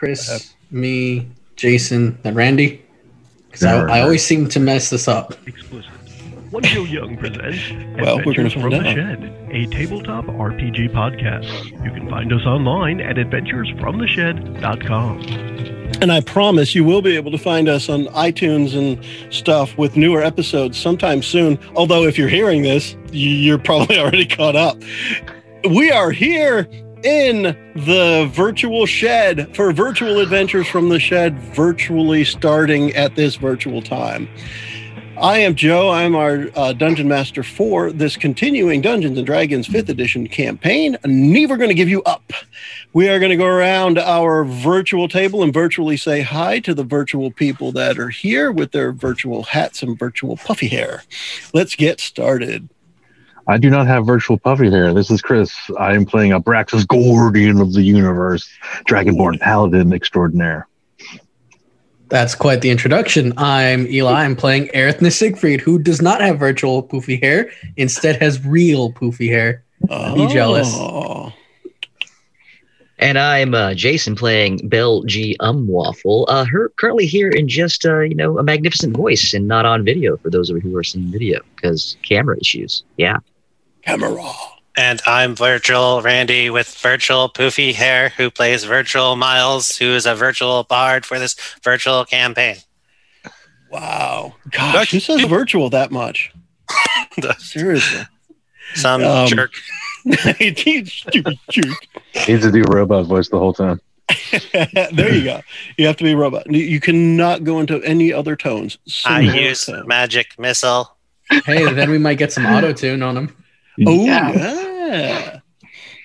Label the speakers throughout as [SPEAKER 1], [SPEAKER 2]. [SPEAKER 1] Chris, me, Jason, and Randy. Because I, I always seem to mess this up.
[SPEAKER 2] Explicit. One Joe Young presents
[SPEAKER 3] Well, we're gonna
[SPEAKER 2] Adventures from
[SPEAKER 3] find
[SPEAKER 2] the
[SPEAKER 3] out.
[SPEAKER 2] Shed, a tabletop RPG podcast. You can find us online at adventuresfromtheshed.com.
[SPEAKER 3] And I promise you will be able to find us on iTunes and stuff with newer episodes sometime soon. Although, if you're hearing this, y- you're probably already caught up. We are here in the virtual shed for virtual adventures from the shed, virtually starting at this virtual time. I am Joe. I'm our uh, Dungeon Master for this continuing Dungeons and Dragons 5th Edition campaign. Never going to give you up. We are going to go around our virtual table and virtually say hi to the virtual people that are here with their virtual hats and virtual puffy hair. Let's get started.
[SPEAKER 4] I do not have virtual puffy hair. This is Chris. I am playing Abraxas Guardian of the Universe, Dragonborn Paladin Extraordinaire.
[SPEAKER 1] That's quite the introduction. I'm Eli. I'm playing Erithna Siegfried, who does not have virtual poofy hair, instead has real poofy hair. be jealous.
[SPEAKER 3] Oh.
[SPEAKER 5] And I'm uh, Jason playing Belle G. Umwaffle. Uh, her currently here in just uh, you know a magnificent voice and not on video for those of you who are seeing video because camera issues. Yeah,
[SPEAKER 3] Camera.
[SPEAKER 6] And I'm Virgil Randy with virtual poofy hair, who plays virtual Miles, who is a virtual bard for this virtual campaign.
[SPEAKER 3] Wow. Gosh, who says virtual that much? Seriously.
[SPEAKER 6] Some
[SPEAKER 3] Um,
[SPEAKER 6] jerk.
[SPEAKER 3] Stupid jerk.
[SPEAKER 4] Needs to do robot voice the whole time.
[SPEAKER 3] there you go. You have to be a robot. You- You cannot go into any other tones.
[SPEAKER 6] I
[SPEAKER 3] Single
[SPEAKER 6] use
[SPEAKER 3] tone.
[SPEAKER 6] magic missile.
[SPEAKER 1] Hey, then we might get some auto tune on him.
[SPEAKER 3] Oh, yeah. yeah.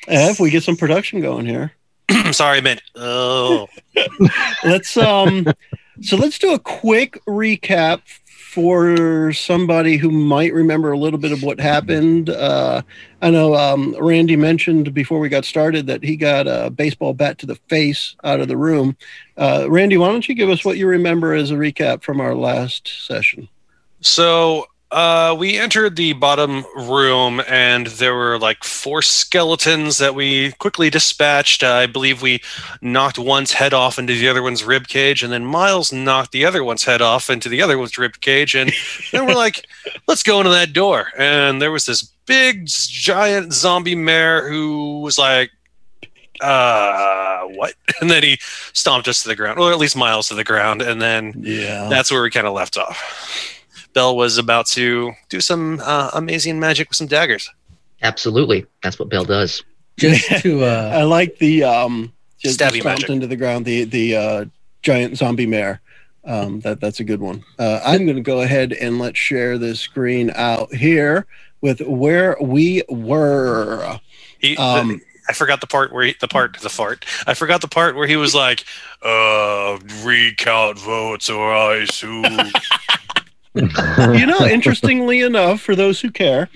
[SPEAKER 3] If we get some production going here.
[SPEAKER 6] Sorry, man. Oh,
[SPEAKER 3] let's um so let's do a quick recap for somebody who might remember a little bit of what happened uh i know um randy mentioned before we got started that he got a baseball bat to the face out of the room uh randy why don't you give us what you remember as a recap from our last session
[SPEAKER 7] So uh, we entered the bottom room, and there were like four skeletons that we quickly dispatched. I believe we knocked one's head off into the other one's rib cage, and then Miles knocked the other one's head off into the other one's rib cage. And then we're like, let's go into that door. And there was this big s- giant zombie mare who was like, uh, what? And then he stomped us to the ground, or at least Miles to the ground, and then
[SPEAKER 3] yeah
[SPEAKER 7] that's where we kind of left off. Bell was about to do some uh, amazing magic with some daggers.
[SPEAKER 5] absolutely. That's what Belle does.
[SPEAKER 1] Just to uh,
[SPEAKER 3] i like the um just
[SPEAKER 7] Stabby
[SPEAKER 3] stomped
[SPEAKER 7] magic.
[SPEAKER 3] into the ground the the uh giant zombie mare um, that that's a good one. Uh, I'm going to go ahead and let's share this screen out here with where we were.
[SPEAKER 7] He,
[SPEAKER 3] Um,
[SPEAKER 7] I forgot the part where he, the part the fart. I forgot the part where he was like, uh, "Recount votes, or I sue."
[SPEAKER 3] you know, interestingly enough, for those who care,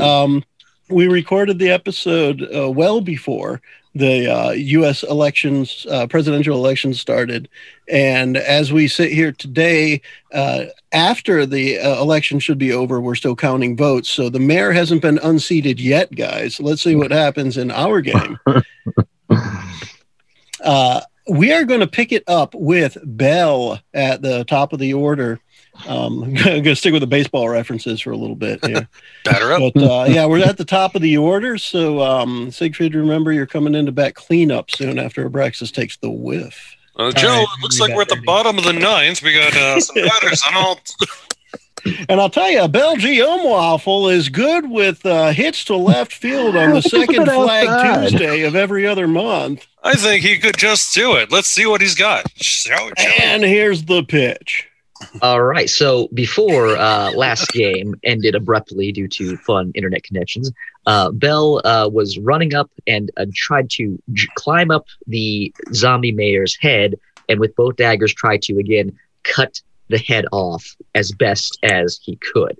[SPEAKER 3] um, we recorded the episode uh, well before the uh, U.S. elections, uh, presidential elections started, and as we sit here today, uh, after the uh, election should be over, we're still counting votes. So the mayor hasn't been unseated yet, guys. Let's see what happens in our game. Uh, we are going to pick it up with Bell at the top of the order. Um, I'm going to stick with the baseball references for a little bit here.
[SPEAKER 7] Batter up.
[SPEAKER 3] But uh, yeah, we're at the top of the order. So, um, Siegfried, remember you're coming in to bat cleanup soon after Abraxas takes the whiff.
[SPEAKER 7] Uh, Joe,
[SPEAKER 1] right,
[SPEAKER 7] it looks
[SPEAKER 1] we
[SPEAKER 7] like
[SPEAKER 1] got
[SPEAKER 7] we're at the
[SPEAKER 1] ready.
[SPEAKER 7] bottom of the ninth. We got uh, some batters on all.
[SPEAKER 3] And I'll tell you, Belgium Waffle is good with uh, hits to left field on the
[SPEAKER 4] Just a bit
[SPEAKER 3] second flag
[SPEAKER 4] outside.
[SPEAKER 3] Tuesday of every other month.
[SPEAKER 7] I think he could just do it. Let's see what he's got. Shall we- shall
[SPEAKER 3] And here's the pitch.
[SPEAKER 5] All right. So before uh, last game ended abruptly due to fun internet connections, uh, Belle uh, was running up and uh, tried to j- climb up the zombie mayor's head, and with both daggers tried to again cut the head off as best as he could.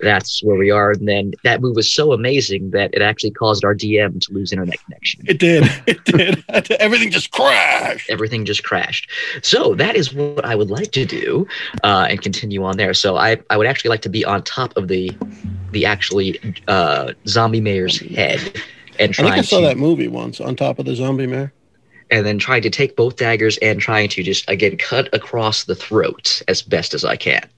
[SPEAKER 5] That's where we are. And then that move was so amazing that it actually caused our DM to lose internet connection.
[SPEAKER 3] It did. It did. Everything just crashed.
[SPEAKER 5] everything just crashed. So that is what I would like to do uh, and continue on there. So I, I would actually like to be on top of the the actually uh, zombie mayor's head and
[SPEAKER 3] I think
[SPEAKER 5] try
[SPEAKER 3] I saw
[SPEAKER 5] to
[SPEAKER 3] that movie once on top of the zombie mare.
[SPEAKER 5] and then trying to take both daggers and trying to just again cut across the throat as best as I can.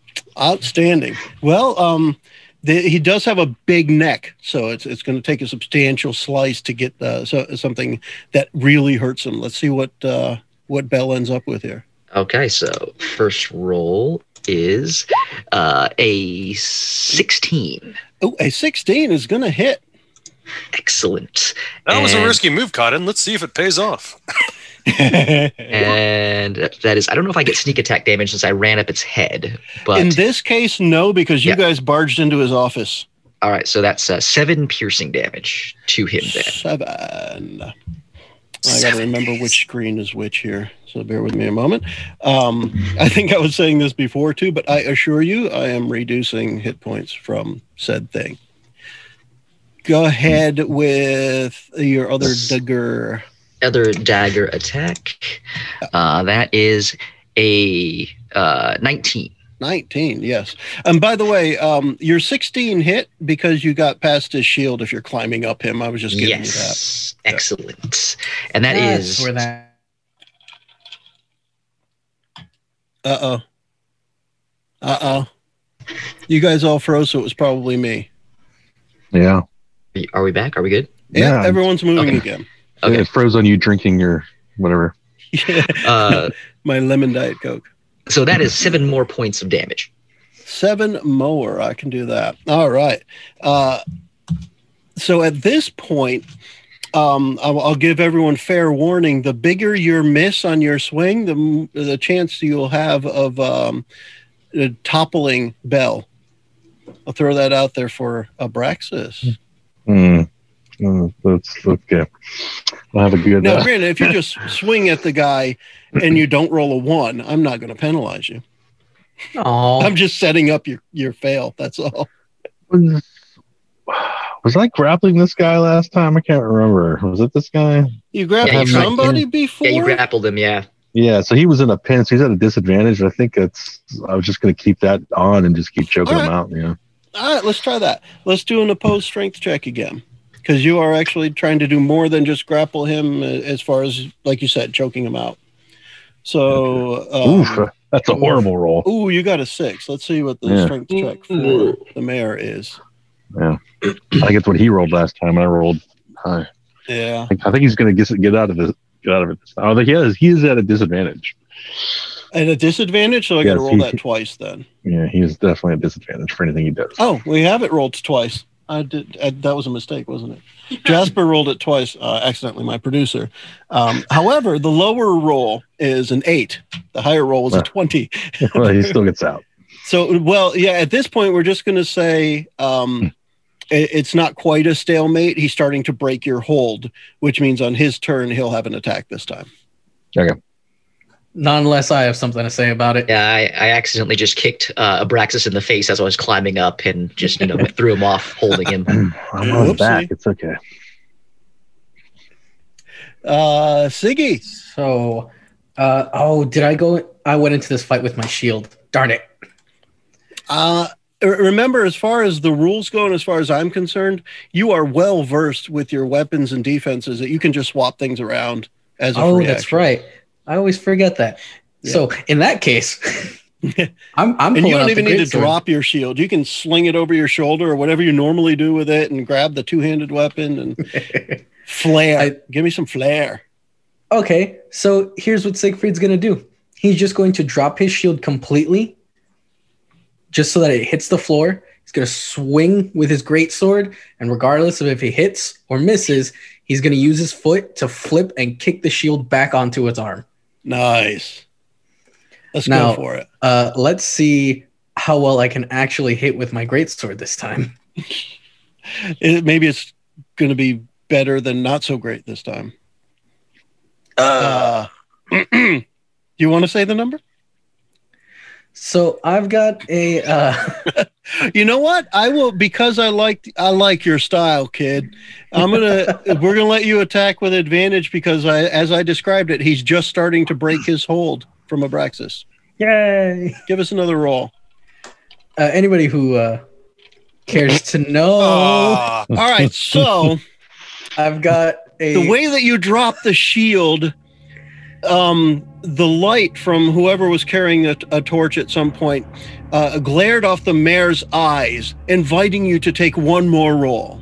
[SPEAKER 3] Outstanding. Well, um, the, he does have a big neck, so it's it's going to take a substantial slice to get uh, so, something that really hurts him. Let's see what uh, what Bell ends up with here.
[SPEAKER 5] Okay, so first roll is uh, a 16.
[SPEAKER 3] Oh, a sixteen is going to hit.
[SPEAKER 5] Excellent.
[SPEAKER 7] That was a
[SPEAKER 5] And-
[SPEAKER 7] risky move, Cotton. Let's see if it pays off.
[SPEAKER 5] And that is, I don't know if I get sneak attack damage since I ran up its head, but
[SPEAKER 3] In this case, no, because you
[SPEAKER 5] Yeah.
[SPEAKER 3] guys barged into his office.
[SPEAKER 5] all right, so that's uh, seven piercing damage to him then.
[SPEAKER 3] Seven. I got to
[SPEAKER 5] Seven
[SPEAKER 3] remember
[SPEAKER 5] days.
[SPEAKER 3] which screen is which here. So bear with me a moment. Um, I think I was saying this before too, but I assure you, I am reducing hit points from said thing. Go ahead with your other dagger.
[SPEAKER 5] Other dagger attack. Uh, that is a uh, 19.
[SPEAKER 3] 19, yes. And by the way, um, your 16 hit because you got past his shield if you're climbing up him. I was just giving you that.
[SPEAKER 5] Yes. Excellent. And that
[SPEAKER 1] That's
[SPEAKER 5] is
[SPEAKER 1] where that
[SPEAKER 3] Uh oh. Uh oh. You guys all froze, so it was probably me.
[SPEAKER 4] Yeah.
[SPEAKER 5] Are we back? Are we good?
[SPEAKER 3] Yeah,
[SPEAKER 4] Yeah.
[SPEAKER 3] everyone's moving
[SPEAKER 5] Okay.
[SPEAKER 3] again.
[SPEAKER 5] Okay.
[SPEAKER 4] It froze on you drinking your whatever.
[SPEAKER 5] Uh,
[SPEAKER 3] My lemon diet coke.
[SPEAKER 5] so that is seven more points of damage.
[SPEAKER 3] Seven more. I can do that. All right. Uh, so at this point, um, I'll, I'll give everyone fair warning. The bigger your miss on your swing, the m- the chance you'll have of um, uh, toppling Bell. I'll throw that out there for Abraxas.
[SPEAKER 4] Hmm. Mm, that's okay. I'll have a good.
[SPEAKER 3] Now,
[SPEAKER 4] uh,
[SPEAKER 3] granted, if you just swing at the guy and you don't roll a one, I'm not going to penalize you.
[SPEAKER 1] oh
[SPEAKER 3] I'm just setting up your, your fail. That's all.
[SPEAKER 4] was, was I grappling this guy last time? I can't remember. Was it this guy?
[SPEAKER 3] You grabbed
[SPEAKER 5] Yeah, you tried-
[SPEAKER 3] somebody before?
[SPEAKER 5] Yeah, you grappled him. Yeah.
[SPEAKER 4] Yeah, so he was in a pin, so he's at a disadvantage. But I think that's. I was just going to keep that on and just keep choking him out. Yeah.
[SPEAKER 3] all right, let's try that. Let's do an opposed strength check again because you are actually trying to do more than just grapple him uh, as far as, like you said, choking him out. So, um,
[SPEAKER 4] Oof, that's a horrible roll.
[SPEAKER 3] ooh, you got a six. Let's see what the
[SPEAKER 4] Yeah.
[SPEAKER 3] strength check for the mayor is.
[SPEAKER 4] I think it's what he rolled last time, and I rolled high.
[SPEAKER 3] Yeah.
[SPEAKER 4] I think, I think he's going to get get out of this. Get out of it. Oh, he is. He is at a disadvantage.
[SPEAKER 3] At a disadvantage, so I got to
[SPEAKER 4] Yes,
[SPEAKER 3] roll
[SPEAKER 4] he-
[SPEAKER 3] that twice then.
[SPEAKER 4] Yeah, he is definitely at disadvantage for anything he does.
[SPEAKER 3] Oh, we have it rolled twice. I did. I, that was a mistake, wasn't it? Jasper rolled it twice, uh, accidentally. My producer. Um, however, the lower roll is an eight. The higher roll is a
[SPEAKER 4] Wow.
[SPEAKER 3] twenty.
[SPEAKER 4] well, he still gets out.
[SPEAKER 3] So, well, yeah. At this point, we're just going to say um, it, it's not quite a stalemate. He's starting to break your hold, which means on his turn he'll have an attack this time.
[SPEAKER 1] not unless I have something to say about it.
[SPEAKER 5] Yeah, I, I accidentally just kicked uh, Abraxas in the face as I was climbing up and just, you know, threw him off, holding him.
[SPEAKER 4] I'm on his
[SPEAKER 3] Whoopsie.
[SPEAKER 4] back. It's okay.
[SPEAKER 3] Uh, Siggy.
[SPEAKER 1] So uh oh did I go I went into this fight with my shield. Darn it.
[SPEAKER 3] Uh, r- remember, as far as the rules go, and as far as I'm concerned, you are well versed with your weapons and defenses that you can just swap things around as a
[SPEAKER 1] Oh,
[SPEAKER 3] free
[SPEAKER 1] that's
[SPEAKER 3] action.
[SPEAKER 1] right. I always forget that.
[SPEAKER 3] Yeah.
[SPEAKER 1] So in that case, I'm I'm
[SPEAKER 3] And
[SPEAKER 1] pulling
[SPEAKER 3] you
[SPEAKER 1] out
[SPEAKER 3] don't
[SPEAKER 1] the
[SPEAKER 3] even need to
[SPEAKER 1] greatsword.
[SPEAKER 3] drop your shield. You can sling it over your shoulder or whatever you normally do with it, and grab the two-handed weapon and flare.
[SPEAKER 1] I-
[SPEAKER 3] Give me some flare.
[SPEAKER 1] Okay, so here's what Siegfried's gonna do. He's just going to drop his shield completely, just so that it hits the floor. He's gonna swing with his great sword, and regardless of if he hits or misses, he's gonna use his foot to flip and kick the shield back onto its arm.
[SPEAKER 3] Nice. Let's
[SPEAKER 1] Now-
[SPEAKER 3] go for it.
[SPEAKER 1] Uh, let's see how well I can actually hit with my great sword this time.
[SPEAKER 3] it. Maybe it's going to be better than not so great this time. Uh, do you want to say the number?
[SPEAKER 1] So I've got a uh,
[SPEAKER 3] You know what? I will because I like I like your style, kid. I'm gonna we're gonna let you attack with advantage because I, as I described it, he's just starting to break his hold from Abraxas.
[SPEAKER 1] yay.
[SPEAKER 3] Give us another roll.
[SPEAKER 1] Uh, anybody who uh, cares to know,
[SPEAKER 7] Ah,
[SPEAKER 3] All right, so
[SPEAKER 1] I've got a
[SPEAKER 3] the way that you drop the shield um, the light from whoever was carrying a, a torch at some point uh, glared off the mayor's eyes, inviting you to take one more roll.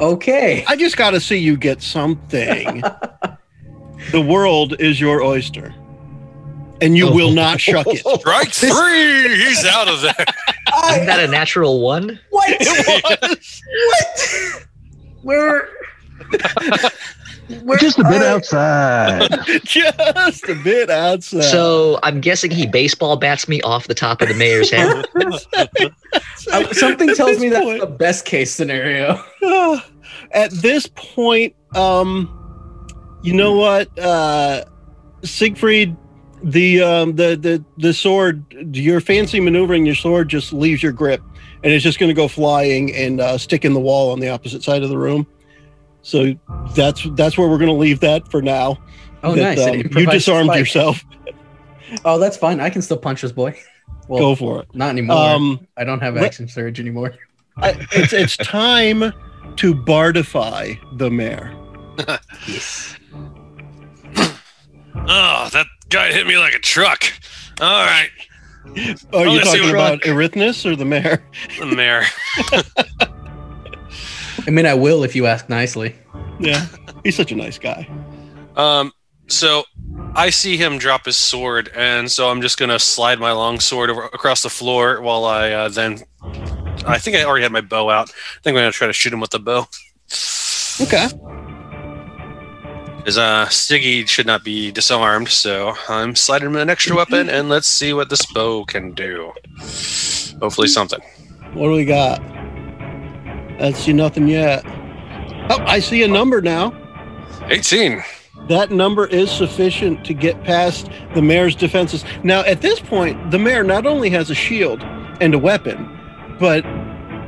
[SPEAKER 1] Okay.
[SPEAKER 3] I just got to see you get something. the world is your oyster, and you will not shuck it.
[SPEAKER 7] Strike three. He's out of there.
[SPEAKER 5] Isn't that a natural one?
[SPEAKER 1] What? what? Where? Where
[SPEAKER 4] Just a bit
[SPEAKER 1] are-
[SPEAKER 4] outside.
[SPEAKER 3] just a bit outside.
[SPEAKER 5] So I'm guessing he baseball bats me off the top of the mayor's head.
[SPEAKER 1] Uh, something
[SPEAKER 3] At
[SPEAKER 1] tells
[SPEAKER 3] this
[SPEAKER 1] me that's
[SPEAKER 3] point-
[SPEAKER 1] the best case scenario.
[SPEAKER 3] Ah, at this point, um, you know what, uh, Siegfried, the um, the the the sword, your fancy maneuvering your sword just leaves your grip, and it's just going to go flying and uh, stick in the wall on the opposite side of the room. So that's that's where we're going to leave that for now.
[SPEAKER 1] Oh, nice.
[SPEAKER 3] That,
[SPEAKER 1] It
[SPEAKER 3] um, you
[SPEAKER 1] improvised
[SPEAKER 3] disarmed
[SPEAKER 1] spike.
[SPEAKER 3] yourself.
[SPEAKER 1] Oh, that's fine. I can still punch this boy. Well,
[SPEAKER 3] go for it.
[SPEAKER 1] not anymore.
[SPEAKER 3] Um,
[SPEAKER 1] I don't have
[SPEAKER 3] let-
[SPEAKER 1] action surge anymore.
[SPEAKER 3] I, it's it's time to bardify the mayor.
[SPEAKER 7] Oh, that guy hit me like a truck. All right,
[SPEAKER 3] Are you
[SPEAKER 7] Oh, Let's see
[SPEAKER 3] talking
[SPEAKER 7] what-
[SPEAKER 3] about Erythnus or the mayor?
[SPEAKER 7] the mayor.
[SPEAKER 1] I mean, I will if you ask nicely.
[SPEAKER 3] Yeah, he's such a nice guy.
[SPEAKER 7] Um, so I see him drop his sword, and so I'm just gonna slide my long sword over across the floor while I uh, then. I think I already had my bow out. I think I'm gonna try to shoot him with the bow.
[SPEAKER 3] Okay.
[SPEAKER 7] Because uh, Siggy should not be disarmed, so I'm sliding him an extra weapon, and let's see what this bow can do. Hopefully, something.
[SPEAKER 3] What do we got? I see nothing yet. Oh, I see a number now.
[SPEAKER 7] 18.
[SPEAKER 3] That number is sufficient to get past the mayor's defenses. Now, at this point, the mayor not only has a shield and a weapon, but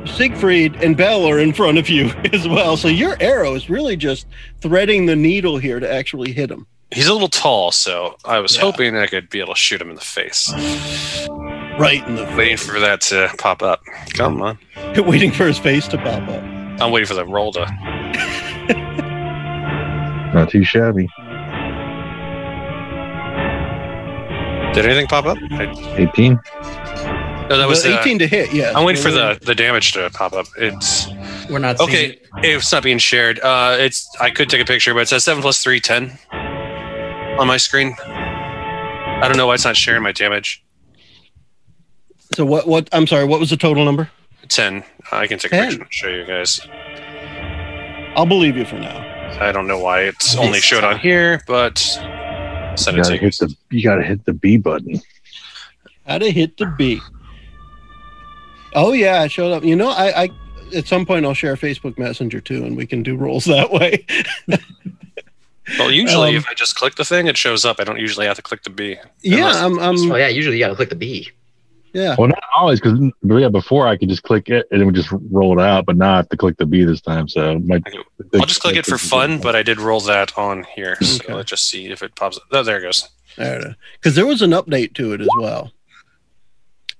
[SPEAKER 3] Siegfried and Bell are in front of you as well. So your arrow is really just threading the needle here to actually hit him.
[SPEAKER 7] He's a little tall, so I was
[SPEAKER 3] Yeah.
[SPEAKER 7] hoping I could be able to shoot him in the face.
[SPEAKER 3] Right in the
[SPEAKER 7] Waiting for that to pop up. Come on.
[SPEAKER 3] waiting for his face to pop up.
[SPEAKER 7] I'm waiting for the roll to
[SPEAKER 4] Not too shabby.
[SPEAKER 7] Did anything pop up? I,
[SPEAKER 4] 18.
[SPEAKER 7] no, that was
[SPEAKER 3] The
[SPEAKER 7] the,
[SPEAKER 3] 18 to hit, yeah.
[SPEAKER 7] I'm waiting for the, the damage to pop up. It's
[SPEAKER 1] We're not seeing
[SPEAKER 7] okay.
[SPEAKER 1] it.
[SPEAKER 7] It's not being shared. Uh, it's I could take a picture, but it says seven plus three, ten on my screen. I don't know why it's not sharing my damage.
[SPEAKER 3] So what what I'm sorry, what was the total number?
[SPEAKER 7] Ten. I can take a
[SPEAKER 3] 10.
[SPEAKER 7] picture and show you guys.
[SPEAKER 3] I'll believe you for now.
[SPEAKER 7] I don't know why it's only showed on here, but send
[SPEAKER 4] You
[SPEAKER 7] it
[SPEAKER 4] gotta
[SPEAKER 7] to
[SPEAKER 4] hit
[SPEAKER 7] you.
[SPEAKER 4] the you gotta hit the B button.
[SPEAKER 3] How to hit the beat. Oh yeah, I showed up. You know, I, I at some point I'll share Facebook Messenger too, and we can do rolls that way.
[SPEAKER 7] Well, usually
[SPEAKER 3] Um,
[SPEAKER 7] if I just click the thing, it shows up. I don't usually have to click the B.
[SPEAKER 3] yeah,
[SPEAKER 7] Unless-
[SPEAKER 3] I'm,
[SPEAKER 5] oh
[SPEAKER 3] I'm
[SPEAKER 5] yeah, usually you gotta click the B.
[SPEAKER 3] yeah.
[SPEAKER 4] Well, not always, because yeah, before I could just click it and it would just roll it out, but now I have to click the B this time. So my,
[SPEAKER 7] I'll just click it for fun, but I did roll that on here, so
[SPEAKER 3] Okay.
[SPEAKER 7] let's just see if it pops up. Oh, there it goes.
[SPEAKER 3] Because uh, there was an update to it as well.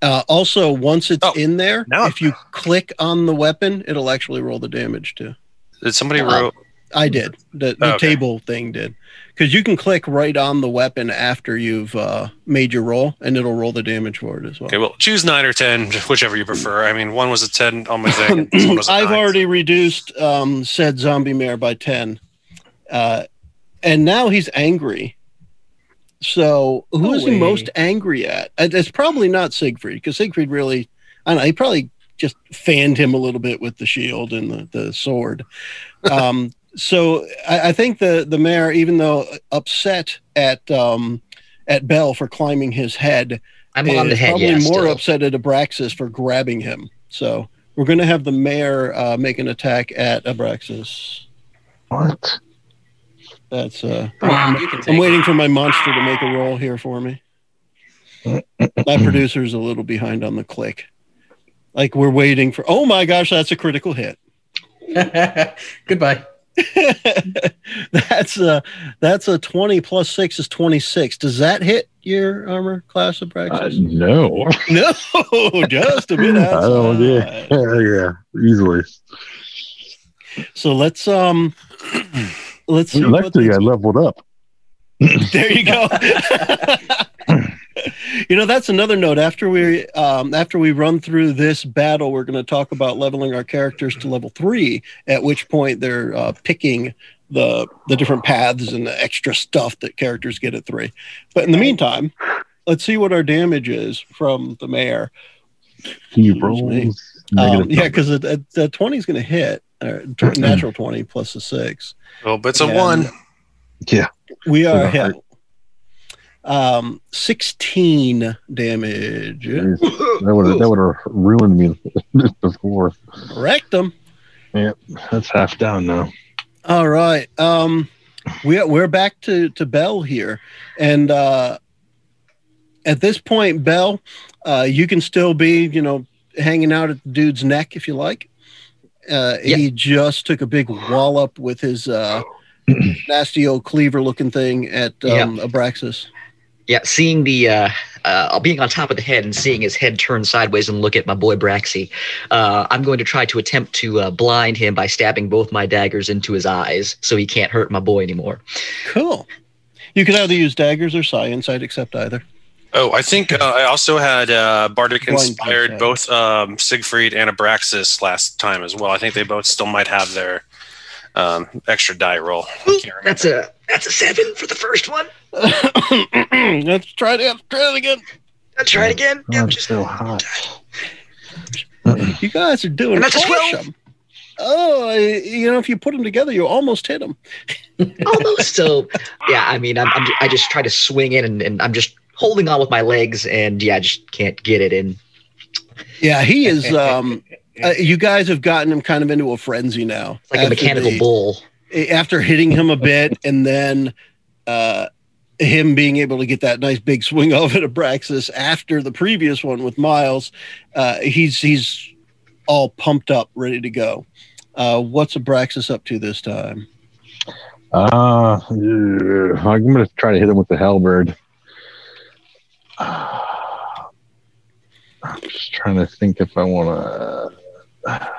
[SPEAKER 3] Uh, also, once it's
[SPEAKER 7] Oh,
[SPEAKER 3] in there,
[SPEAKER 7] now-
[SPEAKER 3] if you click on the weapon, it'll actually roll the damage too.
[SPEAKER 7] Did somebody
[SPEAKER 5] Uh,
[SPEAKER 7] wrote?
[SPEAKER 3] I did. The, the
[SPEAKER 7] Oh, okay.
[SPEAKER 3] table thing did. Because you can click right on the weapon after you've uh, made your roll, and it'll roll the damage for it as well.
[SPEAKER 7] Okay, well, choose nine or ten, whichever you prefer. I mean, one was a ten on my thing. this one was a
[SPEAKER 3] Um, I've
[SPEAKER 7] nine.
[SPEAKER 3] already reduced um, said zombie mare by 10. Uh, and now he's angry. So who is
[SPEAKER 1] No
[SPEAKER 3] he
[SPEAKER 1] way.
[SPEAKER 3] most angry at? It- It's probably not Siegfried because Siegfried really, I don't know, he probably just fanned him a little bit with the shield and the, the sword. Um, so I, I think the, the mayor, even though upset at, um, at Bell for climbing his head,
[SPEAKER 5] I'm on the
[SPEAKER 3] is
[SPEAKER 5] head.
[SPEAKER 3] Probably
[SPEAKER 5] Yeah,
[SPEAKER 3] more
[SPEAKER 5] still.
[SPEAKER 3] upset at Abraxas for grabbing him. So we're going to have the mayor uh, make an attack at Abraxas.
[SPEAKER 4] what?
[SPEAKER 3] That's. Uh,
[SPEAKER 1] Wow, you can take
[SPEAKER 3] I'm
[SPEAKER 1] it.
[SPEAKER 3] waiting for my monster to make a roll here for me. my producer is a little behind on the click. Like we're waiting for. Oh my gosh, that's a critical hit.
[SPEAKER 1] Goodbye.
[SPEAKER 3] that's a that's a 20 plus six is 26. Does that hit your armor class,
[SPEAKER 4] Uh,
[SPEAKER 3] Abraxas?
[SPEAKER 4] no.
[SPEAKER 3] no, just a bit.
[SPEAKER 4] I don't
[SPEAKER 3] outside.
[SPEAKER 4] yeah. yeah, yeah, easily.
[SPEAKER 3] So let's um let's see what
[SPEAKER 4] Luckily, I
[SPEAKER 3] the,
[SPEAKER 4] leveled up.
[SPEAKER 3] There you go. you know, that's another note. After we um, after we run through this battle, we're going to talk about leveling our characters to level three. At which point, they're uh, picking the the different paths and the extra stuff that characters get at three. But in the meantime, let's see what our damage is from the mayor.
[SPEAKER 4] He
[SPEAKER 3] Excuse me.
[SPEAKER 4] rolls.
[SPEAKER 3] Um,
[SPEAKER 4] negative
[SPEAKER 3] yeah, because the twenty is going to hit. uh, tw- natural twenty plus a six.
[SPEAKER 7] Oh, but it's a
[SPEAKER 3] And
[SPEAKER 7] one.
[SPEAKER 4] Yeah.
[SPEAKER 3] We are
[SPEAKER 4] Doesn't
[SPEAKER 3] hit. Um, sixteen damage.
[SPEAKER 4] numbers. That would have that would have ruined me before.
[SPEAKER 3] Rectum.
[SPEAKER 4] That's half down now.
[SPEAKER 3] All right. Um, we we're back to to Bell here, and uh, at this point, Bell, uh, you can still be you know hanging out at the dude's neck if you like. Uh,
[SPEAKER 5] Yeah.
[SPEAKER 3] He just took a big wallop with his uh, nasty old cleaver looking thing at um, Abraxas.
[SPEAKER 5] Yeah, seeing the uh, uh, being on top of the head and seeing his head turn sideways and look at my boy Braxy, uh, I'm going to try to attempt to uh, blind him by stabbing both my daggers into his eyes so he can't hurt my boy anymore.
[SPEAKER 3] Cool. You can either use daggers or science. I'd accept either.
[SPEAKER 7] Oh, I think uh, I also had uh, Bardic
[SPEAKER 3] Blind
[SPEAKER 7] inspired
[SPEAKER 3] Blindsight.
[SPEAKER 7] both um, Siegfried and Abraxas last time as well. I think they both still might have their um, extra die roll. I can't remember.
[SPEAKER 5] That's a that's a seven for the first one.
[SPEAKER 3] Let's try it. Try it again.
[SPEAKER 5] I'll try it again. Yeah, Oh,
[SPEAKER 4] God, it's
[SPEAKER 5] just
[SPEAKER 4] so hot.
[SPEAKER 3] You guys are doing
[SPEAKER 5] And that's a
[SPEAKER 3] awesome. Oh, I- you know, if you put them together, you almost hit them.
[SPEAKER 5] almost. So yeah, I mean, I'm, I'm I just try to swing in and, and I'm just holding on with my legs and yeah, I just can't get it in.
[SPEAKER 3] Yeah, he is. Um, uh, you guys have gotten him kind of into a frenzy now.
[SPEAKER 5] It's like a mechanical
[SPEAKER 3] the- eh,
[SPEAKER 5] bull.
[SPEAKER 3] After hitting him a bit, and then uh, him being able to get that nice big swing off at Abraxas after the previous one with Miles, uh, he's he's all pumped up, ready to go. Uh, what's Abraxas up to this time?
[SPEAKER 4] Uh, yeah, I'm gonna try to hit him with the halberd. Uh, I'm just trying to think if I want to.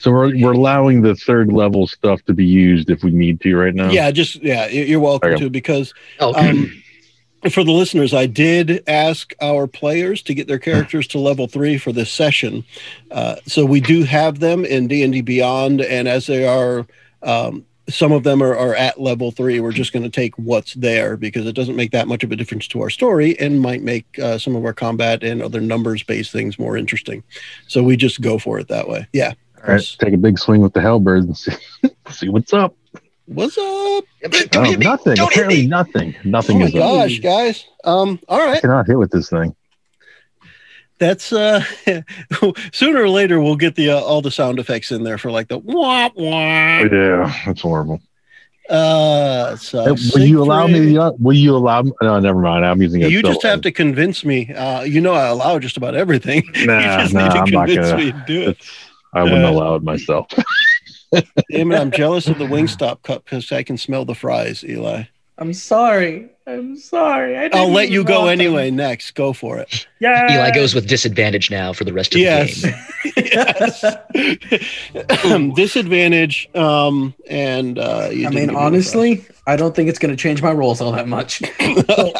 [SPEAKER 4] So we're we're allowing the third level stuff to be used if we need to right now.
[SPEAKER 3] Yeah, just yeah, you- you're welcome
[SPEAKER 4] Okay.
[SPEAKER 3] to because
[SPEAKER 5] Oh,
[SPEAKER 3] um, for the listeners, I did ask our players to get their
[SPEAKER 4] Hmm.
[SPEAKER 3] characters to level three for this session. Uh, so we do have them in D and D Beyond, and as they are, um, some of them are, are at level three. We're just going to take what's there because it doesn't make that much of a difference to our story, and might make uh, some of our combat and other numbers-based things more interesting. So we just go for it that way. Yeah.
[SPEAKER 4] All right, take a big swing with the halberd and see, see what's up.
[SPEAKER 3] What's up?
[SPEAKER 4] Oh,
[SPEAKER 5] don't hit me.
[SPEAKER 4] nothing.
[SPEAKER 5] Don't hit
[SPEAKER 4] Apparently
[SPEAKER 5] me.
[SPEAKER 4] nothing.
[SPEAKER 3] Oh
[SPEAKER 4] Nothing
[SPEAKER 3] my
[SPEAKER 4] is up.
[SPEAKER 3] gosh, guys! Um, all right.
[SPEAKER 4] I cannot hit with this thing.
[SPEAKER 3] That's uh sooner or later we'll get the uh, all the sound effects in there for like the wah wah.
[SPEAKER 4] Yeah, that's horrible.
[SPEAKER 3] Uh, so
[SPEAKER 4] Hey, will you allow me?
[SPEAKER 3] Siegfried,
[SPEAKER 4] The, will you allow? Me, no, never mind. I'm using it.
[SPEAKER 3] you just have to convince me. Uh, you know I allow just about everything. you
[SPEAKER 4] Nah,
[SPEAKER 3] just
[SPEAKER 4] nah, I'm not gonna.
[SPEAKER 3] me to do it.
[SPEAKER 4] I wouldn't
[SPEAKER 3] Uh,
[SPEAKER 4] allow it myself.
[SPEAKER 3] Damn it, I'm jealous of the Wingstop cup because I can smell the fries, Eli.
[SPEAKER 1] I'm sorry. I'm sorry. I didn't
[SPEAKER 3] I'll let you
[SPEAKER 1] even
[SPEAKER 3] go
[SPEAKER 1] want them.
[SPEAKER 3] anyway. Next, go for it.
[SPEAKER 1] Yeah.
[SPEAKER 5] Eli goes with disadvantage now for the rest of
[SPEAKER 3] Yes.
[SPEAKER 5] the game.
[SPEAKER 3] yes. Disadvantage. Um, and uh, you
[SPEAKER 1] I
[SPEAKER 3] didn't give
[SPEAKER 1] mean,
[SPEAKER 3] me the
[SPEAKER 1] honestly, I don't think it's going to change my rolls all that much. So,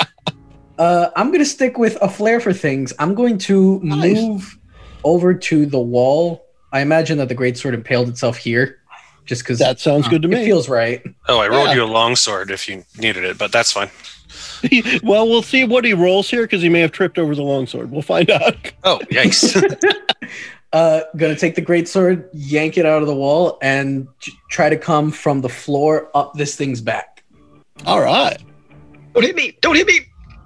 [SPEAKER 1] uh, I'm going to stick with a flair for things. I'm going to
[SPEAKER 3] Nice.
[SPEAKER 1] move over to the wall. I imagine that the great sword impaled itself here, just
[SPEAKER 3] fries.
[SPEAKER 1] because
[SPEAKER 3] that sounds good to me.
[SPEAKER 1] uh, It feels right.
[SPEAKER 7] Oh, I rolled
[SPEAKER 3] Yeah.
[SPEAKER 7] you a longsword if you needed it, but that's fine.
[SPEAKER 3] well, we'll see what he rolls here because he may have tripped over the longsword. We'll find out.
[SPEAKER 7] Oh, yikes.
[SPEAKER 1] Uh, gonna take the great sword, yank it out of the wall, and j- try to come from the floor up this thing's back.
[SPEAKER 3] All right.
[SPEAKER 5] Don't hit me. Don't hit me.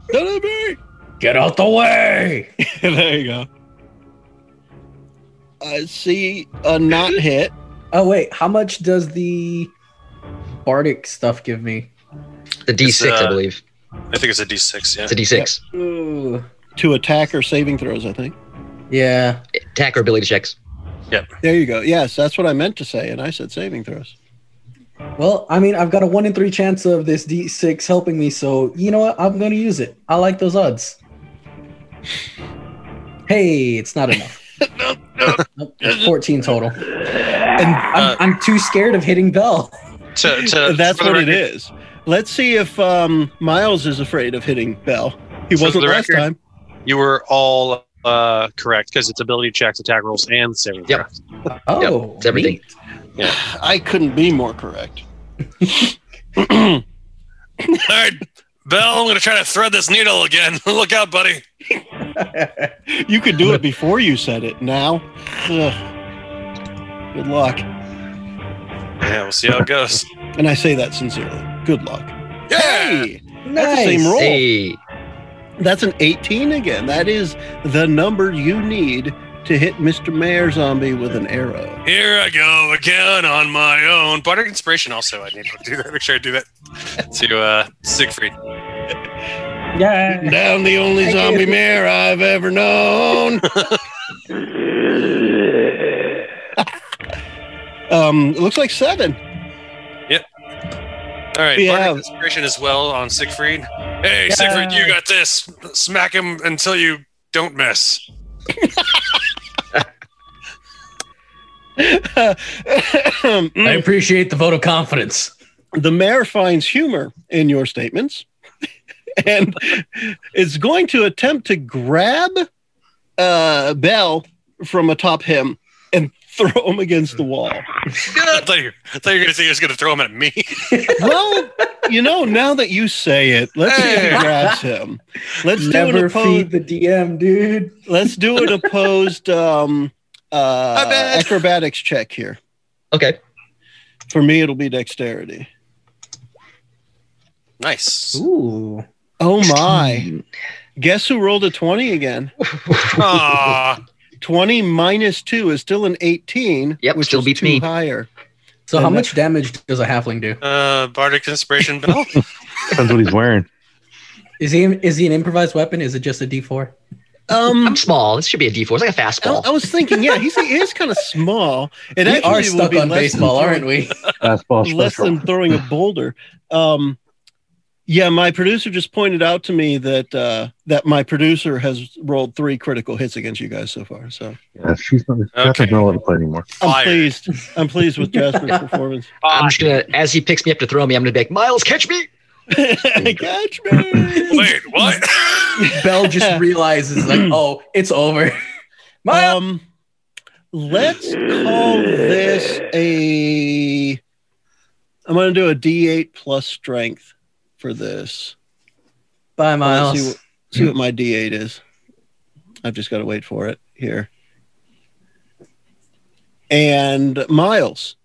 [SPEAKER 3] there
[SPEAKER 1] Get out the way!
[SPEAKER 3] you go. I see a not hit.
[SPEAKER 1] Oh wait, how much does the bardic stuff give me?
[SPEAKER 5] The D6,
[SPEAKER 7] uh,
[SPEAKER 5] I believe.
[SPEAKER 7] I think it's a D6, yeah.
[SPEAKER 5] It's a D6.
[SPEAKER 1] Ooh,
[SPEAKER 3] Two attack or saving throws, I think.
[SPEAKER 1] yeah.
[SPEAKER 5] Attack or ability checks.
[SPEAKER 3] There you go. Yes, that's what I meant to say, and I said saving throws.
[SPEAKER 1] Well, I mean, I've got a one in three chance of this D6 helping me, so you know what? I'm gonna use it. I like those odds. Hey, it's not enough. Nope, it's 14 total.
[SPEAKER 3] And
[SPEAKER 5] Uh,
[SPEAKER 1] I'm, I'm too scared of hitting Bell.
[SPEAKER 7] To, to,
[SPEAKER 3] that's
[SPEAKER 7] Uh, for the
[SPEAKER 3] what it
[SPEAKER 7] record,
[SPEAKER 3] is. Let's see if um, Miles is afraid of hitting Bell. He
[SPEAKER 7] So
[SPEAKER 3] wasn't
[SPEAKER 7] the
[SPEAKER 3] last
[SPEAKER 7] record-
[SPEAKER 3] time.
[SPEAKER 7] You were all uh, correct because it's ability checks, attack rolls, and saving
[SPEAKER 5] Yep.
[SPEAKER 7] throws.
[SPEAKER 1] Oh,
[SPEAKER 5] it's everything.
[SPEAKER 1] neat.
[SPEAKER 3] I couldn't be more correct.
[SPEAKER 7] All right, Bell, I'm gonna try to thread this needle again. Look out, buddy.
[SPEAKER 3] You could do it before you said it. Now, Ugh. good luck.
[SPEAKER 7] Yeah, we'll see how it goes.
[SPEAKER 3] And I say that sincerely. Good luck.
[SPEAKER 7] Yeah.
[SPEAKER 3] Hey,
[SPEAKER 1] Nice.
[SPEAKER 3] same roll.
[SPEAKER 5] Hey,
[SPEAKER 3] that's an 18 again. That is the number you need to hit Mr. Mayor Zombie with an arrow.
[SPEAKER 7] Here I go again on my own. Bardic inspiration. Also, I need to do that. Make sure I do that to uh, Siegfried.
[SPEAKER 1] Yeah.
[SPEAKER 3] Down the only zombie mayor I've ever known. um, it looks like seven.
[SPEAKER 7] All right,
[SPEAKER 3] We
[SPEAKER 7] Bardic
[SPEAKER 3] have-
[SPEAKER 7] inspiration as well on Siegfried. Hey, Siegfried, you got this. Smack him until you don't miss.
[SPEAKER 1] I
[SPEAKER 3] the
[SPEAKER 1] appreciate the vote of confidence.
[SPEAKER 3] mayor finds humor in your statements and is going to attempt to grab uh, Bell from atop him and throw him against the wall.
[SPEAKER 7] I thought you, I thought you were gonna say he was gonna throw him at me.
[SPEAKER 3] Well, you know, now that you say it, let's see if he
[SPEAKER 7] Hey.
[SPEAKER 3] grabs him. Let's do an
[SPEAKER 1] Never feed
[SPEAKER 3] opposed
[SPEAKER 1] the DM, dude.
[SPEAKER 3] Let's do an opposed um, uh,
[SPEAKER 7] My bad.
[SPEAKER 3] acrobatics check here.
[SPEAKER 5] okay.
[SPEAKER 3] For me, it'll be dexterity.
[SPEAKER 7] Nice.
[SPEAKER 1] Ooh.
[SPEAKER 3] Oh my! Guess who rolled a twenty again?
[SPEAKER 7] Aw,
[SPEAKER 3] Twenty minus two is still an eighteen.
[SPEAKER 5] Yep,
[SPEAKER 3] which
[SPEAKER 5] still
[SPEAKER 3] is
[SPEAKER 5] beats
[SPEAKER 3] two
[SPEAKER 5] me.
[SPEAKER 3] higher.
[SPEAKER 1] So how
[SPEAKER 3] And
[SPEAKER 1] much damage does a halfling do?
[SPEAKER 7] uh, Bardic inspiration bell.
[SPEAKER 4] Depends what he's wearing.
[SPEAKER 1] Is he is he an improvised weapon? Is it just a D four?
[SPEAKER 3] Um,
[SPEAKER 5] I'm small. This should be a D4. It's like a
[SPEAKER 3] I,
[SPEAKER 5] fastball.
[SPEAKER 3] I was thinking, yeah, he's he is kind of small. It
[SPEAKER 1] we
[SPEAKER 3] actually
[SPEAKER 1] are
[SPEAKER 3] will
[SPEAKER 1] stuck
[SPEAKER 3] be
[SPEAKER 1] on
[SPEAKER 3] less than
[SPEAKER 1] baseball,
[SPEAKER 3] throwing-
[SPEAKER 1] aren't we?
[SPEAKER 4] Fastball
[SPEAKER 3] less
[SPEAKER 4] special.
[SPEAKER 3] than throwing a boulder. Um, yeah, my producer just pointed out to me that uh, that my producer has rolled three critical hits against you guys so far. So
[SPEAKER 4] Yeah, she's not. Jasmine's not allowed to play anymore.
[SPEAKER 3] I'm
[SPEAKER 7] Fire.
[SPEAKER 3] pleased. I'm pleased with Jasper's performance.
[SPEAKER 5] I'm just gonna, as he picks me up to throw me, I'm gonna be like, Miles, catch me!
[SPEAKER 3] Catch me.
[SPEAKER 7] Wait, what?
[SPEAKER 1] Bell just realizes like, oh, it's over. Miles,
[SPEAKER 3] Um, let's call this a. I'm going to do a D8 plus strength for this.
[SPEAKER 1] bye, Miles.
[SPEAKER 3] Let's see, what- see what my D8 is. I've just got to wait for it here. And Miles,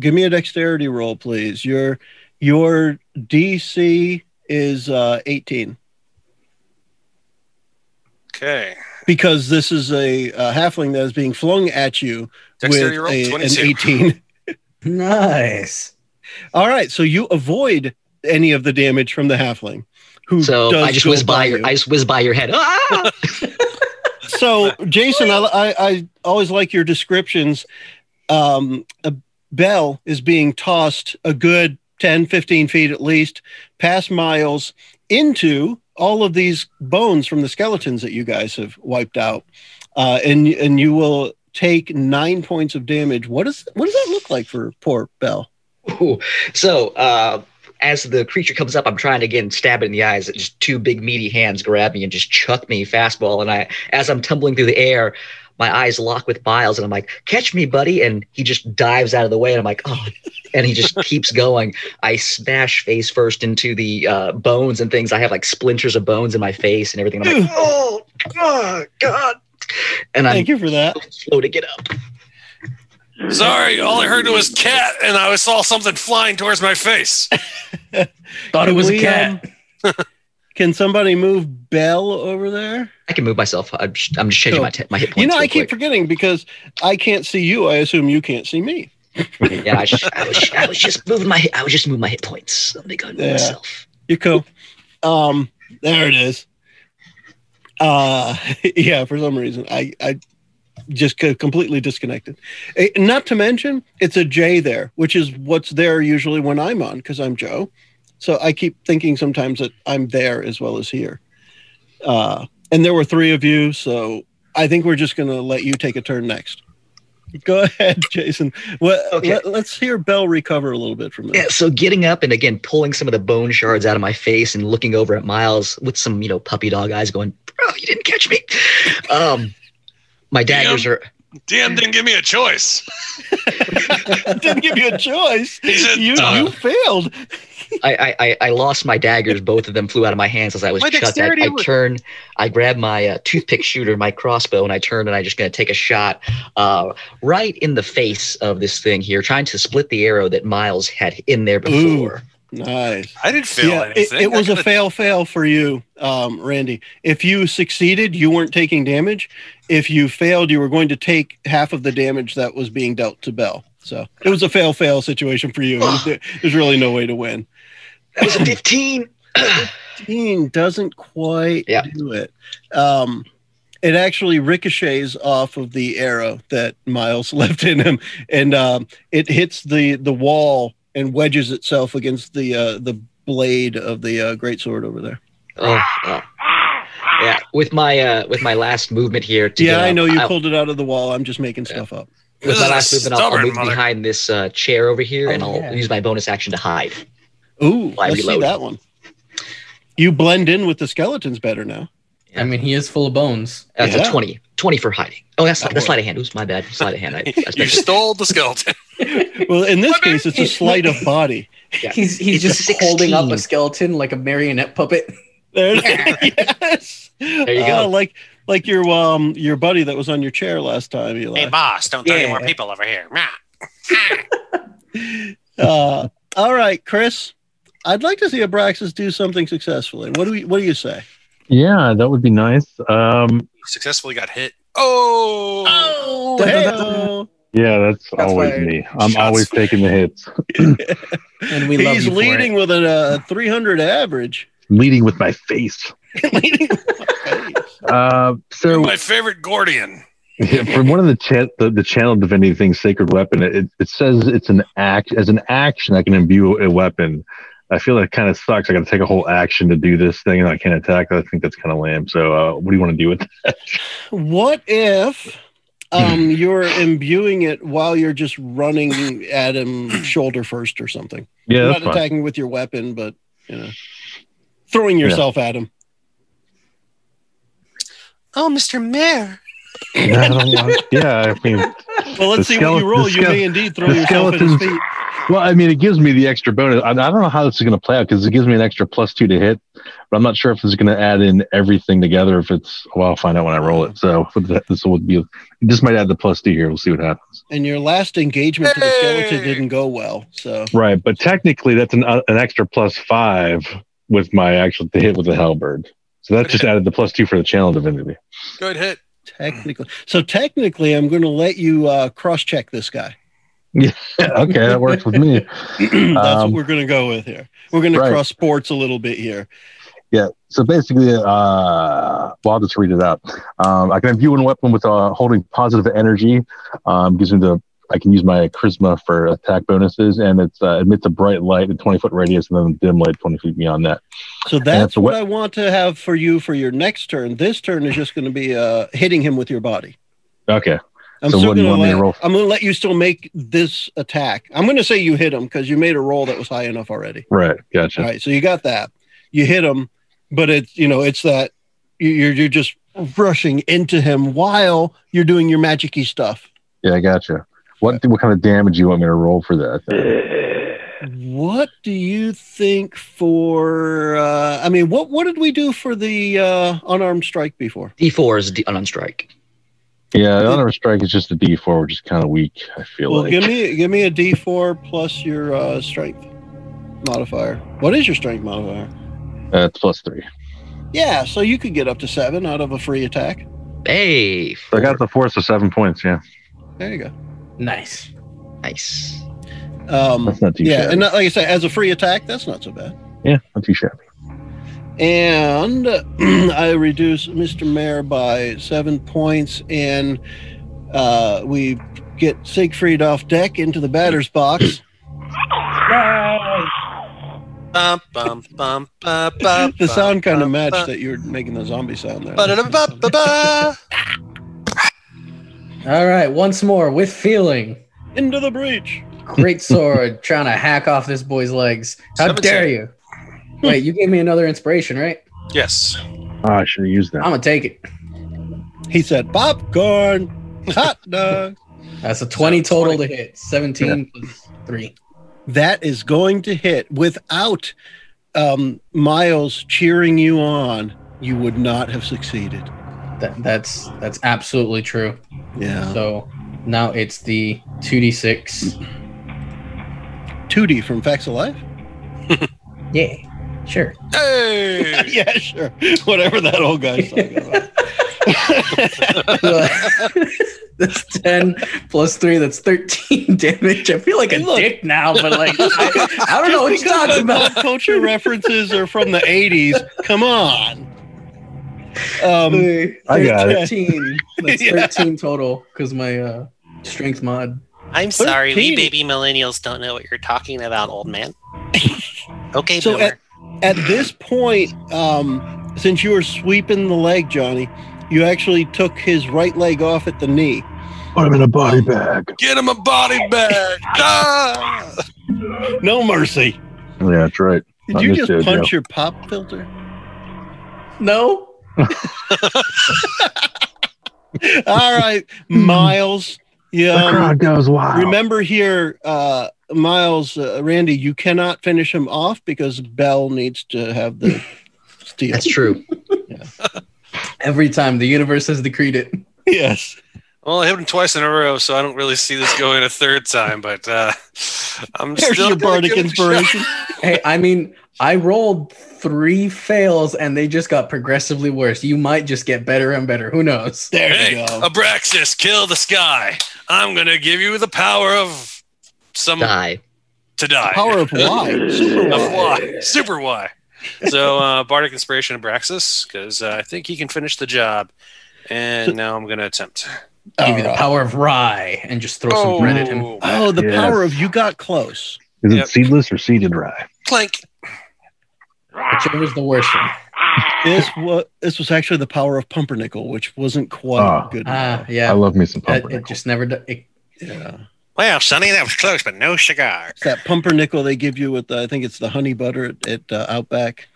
[SPEAKER 3] give me a dexterity roll, please. Your your DC is uh, 18
[SPEAKER 7] okay.
[SPEAKER 3] because this is a, a halfling that is being flung at you
[SPEAKER 7] Dexterity
[SPEAKER 3] with
[SPEAKER 7] roll
[SPEAKER 3] a- an
[SPEAKER 7] 22.
[SPEAKER 3] 18.
[SPEAKER 1] Nice.
[SPEAKER 3] All right, so you avoid any of the damage from the halfling. Who
[SPEAKER 5] So
[SPEAKER 3] does
[SPEAKER 5] I just
[SPEAKER 3] go
[SPEAKER 5] whiz by,
[SPEAKER 3] you.
[SPEAKER 5] your, I just whiz by your head. Ah!
[SPEAKER 3] so jason I, I, I always like your descriptions um, a bell is being tossed a good 10 15 feet at least past miles into all of these bones from the skeletons that you guys have wiped out uh, and and you will take nine points of damage what is what does that look like for poor bell
[SPEAKER 5] Ooh. So uh, as the creature comes up, I'm trying to again stab it in the eyes. Just two big meaty hands grab me and just chuck me fastball. And I, as I'm tumbling through the air, my eyes lock with Miles, and I'm like, "Catch me, buddy!" And he just dives out of the way, and I'm like, "Oh!" And he just keeps going. I smash face first into the uh, bones and things. I have like splinters of bones in my face and everything. I'm like, "Oh, God, God!" And I'm
[SPEAKER 3] thank you for that
[SPEAKER 5] slow to get up.
[SPEAKER 7] Sorry, all I heard was cat, and I saw something flying towards my face.
[SPEAKER 1] Thought it was a
[SPEAKER 3] We,
[SPEAKER 1] cat.
[SPEAKER 3] um, can somebody move bell over there
[SPEAKER 5] I can move myself. I'm just, I'm just changing
[SPEAKER 3] Cool.
[SPEAKER 5] my, t- my hit points.
[SPEAKER 3] You know, I
[SPEAKER 5] real
[SPEAKER 3] keep
[SPEAKER 5] quick.
[SPEAKER 3] forgetting because I can't see you. I assume you can't see me.
[SPEAKER 5] yeah, I, just, I, was, I was just moving my I was just moving my hit points. I'm big on
[SPEAKER 3] Yeah.
[SPEAKER 5] myself.
[SPEAKER 3] You're cool. Um, there it is. Uh, yeah, for some reason, I, I just co- completely disconnected. Eh, not to mention, it's a J there, which is what's there usually when I'm on because I'm Joe. So I keep thinking sometimes that I'm there as well as here. Uh, and there were three of you, so I think we're just going to let you take a turn next. Go ahead, Jason. Well,
[SPEAKER 5] Okay.
[SPEAKER 3] let, us hear Bell recover a little bit from
[SPEAKER 5] Yeah,
[SPEAKER 3] this.
[SPEAKER 5] so getting up and again pulling some of the bone shards out of my face and looking over at Miles with some, you know, puppy dog eyes going, Bro, you didn't catch me. Um my daggers are
[SPEAKER 7] DM didn't give me a choice.
[SPEAKER 3] Didn't give you a choice.
[SPEAKER 7] He said, "Uh,
[SPEAKER 3] You
[SPEAKER 7] "Duh."
[SPEAKER 3] you failed.
[SPEAKER 5] I, I- I I lost my daggers. Both of them flew out of my hands as I was
[SPEAKER 7] My
[SPEAKER 5] shut. I,
[SPEAKER 7] dexterity
[SPEAKER 5] I
[SPEAKER 7] was-
[SPEAKER 5] turn, I grab my uh, toothpick shooter, my crossbow, and I turn and I just gonna take a shot uh, right in the face of this thing here, trying to split the arrow that Miles had in there before.
[SPEAKER 3] Nice.
[SPEAKER 7] I didn't fail
[SPEAKER 3] yeah, it,
[SPEAKER 7] anything.
[SPEAKER 3] it was
[SPEAKER 7] I
[SPEAKER 3] a
[SPEAKER 7] could've-
[SPEAKER 3] fail fail for you, um, Randy. If you succeeded, you weren't taking damage. If you failed, you were going to take half of the damage that was being dealt to Bell. So it was a fail fail situation for you. There- There's really no way to win.
[SPEAKER 5] That was a fifteen.
[SPEAKER 3] 15 doesn't quite
[SPEAKER 5] Yeah.
[SPEAKER 3] do it. Um, it actually ricochets off of the arrow that Miles left in him, and um, it hits the the wall and wedges itself against the uh, the blade of the uh, great sword over there.
[SPEAKER 5] oh, oh. Yeah, with my uh, with my last movement here. To
[SPEAKER 3] yeah,
[SPEAKER 5] get
[SPEAKER 3] I
[SPEAKER 5] up,
[SPEAKER 3] know you
[SPEAKER 5] I'll-
[SPEAKER 3] pulled it out of the wall. I'm just making stuff up.
[SPEAKER 5] with
[SPEAKER 7] This
[SPEAKER 5] my
[SPEAKER 7] is a
[SPEAKER 5] last movement, I'll, I'll
[SPEAKER 7] stubborn
[SPEAKER 5] move
[SPEAKER 7] mother.
[SPEAKER 5] behind this uh, chair over here, and
[SPEAKER 1] Oh,
[SPEAKER 5] I'll
[SPEAKER 1] yeah.
[SPEAKER 5] use my bonus action to hide.
[SPEAKER 3] Ooh,
[SPEAKER 5] I
[SPEAKER 3] let's see
[SPEAKER 5] reload.
[SPEAKER 3] that one. You blend in with the skeletons better now.
[SPEAKER 1] I mean, he is full of bones.
[SPEAKER 5] That's
[SPEAKER 3] Yeah.
[SPEAKER 5] a twenty. Twenty for hiding. Oh, that's not,
[SPEAKER 3] That
[SPEAKER 5] that's
[SPEAKER 3] worked.
[SPEAKER 5] sleight of hand. Oops, my bad. Sleight of hand. I, I
[SPEAKER 7] You stole the skeleton.
[SPEAKER 3] Well, in this case, it's a sleight of body.
[SPEAKER 5] Yeah.
[SPEAKER 1] He's he's
[SPEAKER 5] It's a
[SPEAKER 1] just holding up a
[SPEAKER 5] 16.
[SPEAKER 1] skeleton like a marionette puppet.
[SPEAKER 3] There, yes. There
[SPEAKER 5] you go.
[SPEAKER 3] like like your um your buddy that was on your chair last time, Eli.
[SPEAKER 6] Hey,
[SPEAKER 7] Ah,
[SPEAKER 6] boss, don't throw any
[SPEAKER 1] Yeah.
[SPEAKER 6] more people over here. Nah.
[SPEAKER 3] Uh, all right, Chris. I'd like to see Abraxas do something successfully. What do we? What do you say?
[SPEAKER 4] Yeah, that would be nice. Um,
[SPEAKER 7] Successfully got hit. Oh,
[SPEAKER 3] Oh,
[SPEAKER 1] hey-o.
[SPEAKER 4] yeah, that's,
[SPEAKER 1] That's
[SPEAKER 4] always
[SPEAKER 1] fired.
[SPEAKER 4] me. I'm
[SPEAKER 7] Shots
[SPEAKER 4] always
[SPEAKER 7] fired.
[SPEAKER 4] taking the hits,
[SPEAKER 1] And we love
[SPEAKER 3] he's
[SPEAKER 1] you for
[SPEAKER 3] leading
[SPEAKER 1] it.
[SPEAKER 3] with a uh, 300 average.
[SPEAKER 4] leading with my face.
[SPEAKER 3] leading with my face.
[SPEAKER 4] Uh,
[SPEAKER 3] Oh.
[SPEAKER 4] so
[SPEAKER 7] my favorite Gordian.
[SPEAKER 4] Yeah, from one of the chat the, the channel divinity thing sacred weapon it, it says it's an act as an action i can imbue a weapon i feel that kind of sucks i gotta take a whole action to do this thing and i can't attack i think that's kind of lame so uh, what do you want to do with that?
[SPEAKER 3] What if
[SPEAKER 1] Hmm.
[SPEAKER 3] um, you're imbuing it while you're just running at him shoulder first or something?
[SPEAKER 4] yeah
[SPEAKER 3] You're
[SPEAKER 4] that's
[SPEAKER 3] not
[SPEAKER 4] fine
[SPEAKER 3] attacking with your weapon, but you know, throwing yourself at him.
[SPEAKER 6] Oh, Mr. Mayor.
[SPEAKER 4] I don't want- yeah i mean
[SPEAKER 3] Well, let's
[SPEAKER 4] The
[SPEAKER 3] see what
[SPEAKER 4] skele-
[SPEAKER 3] you roll.
[SPEAKER 4] the
[SPEAKER 3] You
[SPEAKER 4] skele-
[SPEAKER 3] may indeed throw
[SPEAKER 4] the
[SPEAKER 3] yourself at his
[SPEAKER 4] skeletons-
[SPEAKER 3] feet.
[SPEAKER 4] well i mean it gives me the extra bonus i, I don't know how this is going to play out because it gives me an extra plus two to hit but i'm not sure if it's going to add in everything together if it's well i'll find out when i roll it so this will be this might add the plus two here we'll see what happens
[SPEAKER 3] And your last engagement to the skeleton
[SPEAKER 7] Hey!
[SPEAKER 3] didn't go well. So
[SPEAKER 4] Right, but technically that's an uh, an extra plus five with my actual to hit with the halberd. So that just added the plus two for the channel divinity.
[SPEAKER 7] Good hit.
[SPEAKER 3] technically, so technically, I'm going to let you uh, cross-check this guy.
[SPEAKER 4] okay, that works with me.
[SPEAKER 3] That's what
[SPEAKER 4] Um,
[SPEAKER 3] we're going to go with here. We're going to
[SPEAKER 4] right.
[SPEAKER 3] cross sports a little bit here.
[SPEAKER 4] Yeah. So basically, uh, well, I'll just read it out. Um, I can imbue a weapon with uh, holding positive energy. Um, gives me the I can use my charisma for attack bonuses, and it's uh, emits a bright light in twenty foot radius, and then dim light twenty feet beyond that.
[SPEAKER 3] So
[SPEAKER 4] that's
[SPEAKER 3] that's what
[SPEAKER 4] what-
[SPEAKER 3] I want to have for you for your next turn. This turn is just going to be uh, hitting him with your body.
[SPEAKER 4] Okay.
[SPEAKER 3] I'm
[SPEAKER 4] So
[SPEAKER 3] still
[SPEAKER 4] what do
[SPEAKER 3] going
[SPEAKER 4] you
[SPEAKER 3] to
[SPEAKER 4] want me to roll?
[SPEAKER 3] let, I'm going to let you still make this attack. I'm going to say you hit him because you made a roll that was high enough already.
[SPEAKER 4] Right. Gotcha.
[SPEAKER 3] All right, so you got that. You hit him, but it's you know it's that you- you're you're just rushing into him while you're doing your magicy stuff.
[SPEAKER 4] Yeah, I gotcha. What what kind of damage you want me to roll for that?
[SPEAKER 3] What do you think for? Uh, I mean, what what did we do for the uh, unarmed strike before?
[SPEAKER 5] D four is D- on strike.
[SPEAKER 4] Yeah, the honor strike is just a D four, which is kind of weak. I feel
[SPEAKER 3] Well,
[SPEAKER 4] like
[SPEAKER 3] give me give me a D four plus your uh, strength modifier. What is your strength modifier?
[SPEAKER 4] uh, it's plus three.
[SPEAKER 3] Yeah, so you could get up to seven out of a free attack.
[SPEAKER 5] Hey,
[SPEAKER 4] So I got the force of seven points. Yeah,
[SPEAKER 3] There you go.
[SPEAKER 1] Nice.
[SPEAKER 5] nice.
[SPEAKER 3] Um,
[SPEAKER 4] that's not too
[SPEAKER 3] yeah,
[SPEAKER 4] shabby.
[SPEAKER 3] and not, like I said, as a free attack, that's not so bad.
[SPEAKER 4] yeah, not too shabby.
[SPEAKER 3] and I reduce Mr. Mayor by seven points, and uh, we get Siegfried off deck into the batter's box.
[SPEAKER 6] Bum, bum, bum, ba, ba,
[SPEAKER 3] The
[SPEAKER 6] bum,
[SPEAKER 3] sound kind of
[SPEAKER 6] bum,
[SPEAKER 3] matched
[SPEAKER 6] ba. uh,
[SPEAKER 3] that you were making the zombie sound there.
[SPEAKER 6] Ba-da-da-ba-ba-ba.
[SPEAKER 1] All right, once more with feeling.
[SPEAKER 3] Into the breach.
[SPEAKER 1] Great sword trying to hack off this boy's legs. How
[SPEAKER 7] Seventeen.
[SPEAKER 1] dare you? Wait, you gave me another inspiration, right?
[SPEAKER 7] Yes.
[SPEAKER 4] Ah, I should have used
[SPEAKER 1] I'm
[SPEAKER 4] that.
[SPEAKER 1] gonna take it.
[SPEAKER 3] He said, popcorn, hot dog.
[SPEAKER 1] That's a 20 total to hit. 17 plus 3.
[SPEAKER 3] that is going to hit without um, Miles cheering you on. You would not have succeeded.
[SPEAKER 1] That, that's that's absolutely true.
[SPEAKER 3] Yeah.
[SPEAKER 1] So now it's the 2d6.
[SPEAKER 3] 2D from Facts Alive?
[SPEAKER 1] Yeah, sure.
[SPEAKER 7] Hey.
[SPEAKER 3] yeah, sure. Whatever that old guy's talking about.
[SPEAKER 1] that's 10 plus 3. That's 13 damage. I feel like a
[SPEAKER 3] Look.
[SPEAKER 1] dick now, but like, I, I don't know what
[SPEAKER 3] Just
[SPEAKER 1] you're
[SPEAKER 3] because
[SPEAKER 1] talking
[SPEAKER 3] my
[SPEAKER 1] about.
[SPEAKER 3] pop culture references are from the 80s. Come on. Um,
[SPEAKER 4] I got
[SPEAKER 3] it.
[SPEAKER 1] 13. That's
[SPEAKER 3] Yeah.
[SPEAKER 1] 13 total because my uh, strength mod.
[SPEAKER 6] I'm sorry, we
[SPEAKER 3] Thirteen.
[SPEAKER 6] baby millennials don't know what you're talking about, old man. Okay,
[SPEAKER 3] So
[SPEAKER 6] boomer.
[SPEAKER 3] at this point, um, since you were sweeping the leg, Johnny, you actually took his right leg off at the knee.
[SPEAKER 4] Put him in a body bag.
[SPEAKER 7] Get him a body bag. Ah!
[SPEAKER 3] No mercy.
[SPEAKER 4] Yeah, that's right.
[SPEAKER 3] Did
[SPEAKER 4] I
[SPEAKER 3] you
[SPEAKER 4] missed
[SPEAKER 3] just
[SPEAKER 4] it,
[SPEAKER 3] punch
[SPEAKER 4] yeah.
[SPEAKER 3] your pop filter?
[SPEAKER 1] No?
[SPEAKER 3] All right, Miles.
[SPEAKER 4] The
[SPEAKER 3] Yeah. um,
[SPEAKER 4] crowd goes wild.
[SPEAKER 3] Remember here, uh, Miles, uh, Randy, you cannot finish him off because Bell needs to have the steal.
[SPEAKER 5] That's true.
[SPEAKER 1] Every time the universe has decreed it.
[SPEAKER 3] Yes.
[SPEAKER 7] Well, I hit him twice in a row, so I don't really see this going a third time. But uh, I'm
[SPEAKER 3] There's
[SPEAKER 7] still
[SPEAKER 3] your
[SPEAKER 7] gonna
[SPEAKER 3] bardic
[SPEAKER 7] give it a shot.
[SPEAKER 3] inspiration.
[SPEAKER 1] Hey, I mean, I rolled three fails and they just got progressively worse. You might just get better and better. Who knows?
[SPEAKER 3] There
[SPEAKER 7] Hey,
[SPEAKER 3] you go.
[SPEAKER 7] Abraxas, kill the sky. I'm gonna give you the power of some
[SPEAKER 5] Die.
[SPEAKER 7] to die.
[SPEAKER 3] Power of Y. Super
[SPEAKER 7] of
[SPEAKER 3] Y.
[SPEAKER 7] Y, super Y. So uh, bardic inspiration Abraxas, because uh, I think he can finish the job. And now I'm gonna attempt.
[SPEAKER 1] Give you the power of rye and just throw some bread at him.
[SPEAKER 3] Oh, the
[SPEAKER 4] Yes.
[SPEAKER 3] power of you got close.
[SPEAKER 4] Is it
[SPEAKER 7] Yep.
[SPEAKER 4] seedless or seeded rye?
[SPEAKER 7] clank!
[SPEAKER 1] Whichever's the worst one.
[SPEAKER 3] This was this was actually the power of pumpernickel, which wasn't quite
[SPEAKER 4] Ah.
[SPEAKER 3] good.
[SPEAKER 1] Ah,
[SPEAKER 3] enough.
[SPEAKER 4] I
[SPEAKER 1] yeah.
[SPEAKER 4] love me some
[SPEAKER 3] Uh,
[SPEAKER 1] That-
[SPEAKER 4] pumpernickel.
[SPEAKER 1] it just never. do- It,
[SPEAKER 3] yeah.
[SPEAKER 6] Well, Sonny, that was close, but no cigar.
[SPEAKER 3] It's that pumpernickel they give you with the, I think it's the honey butter at, at uh, Outback.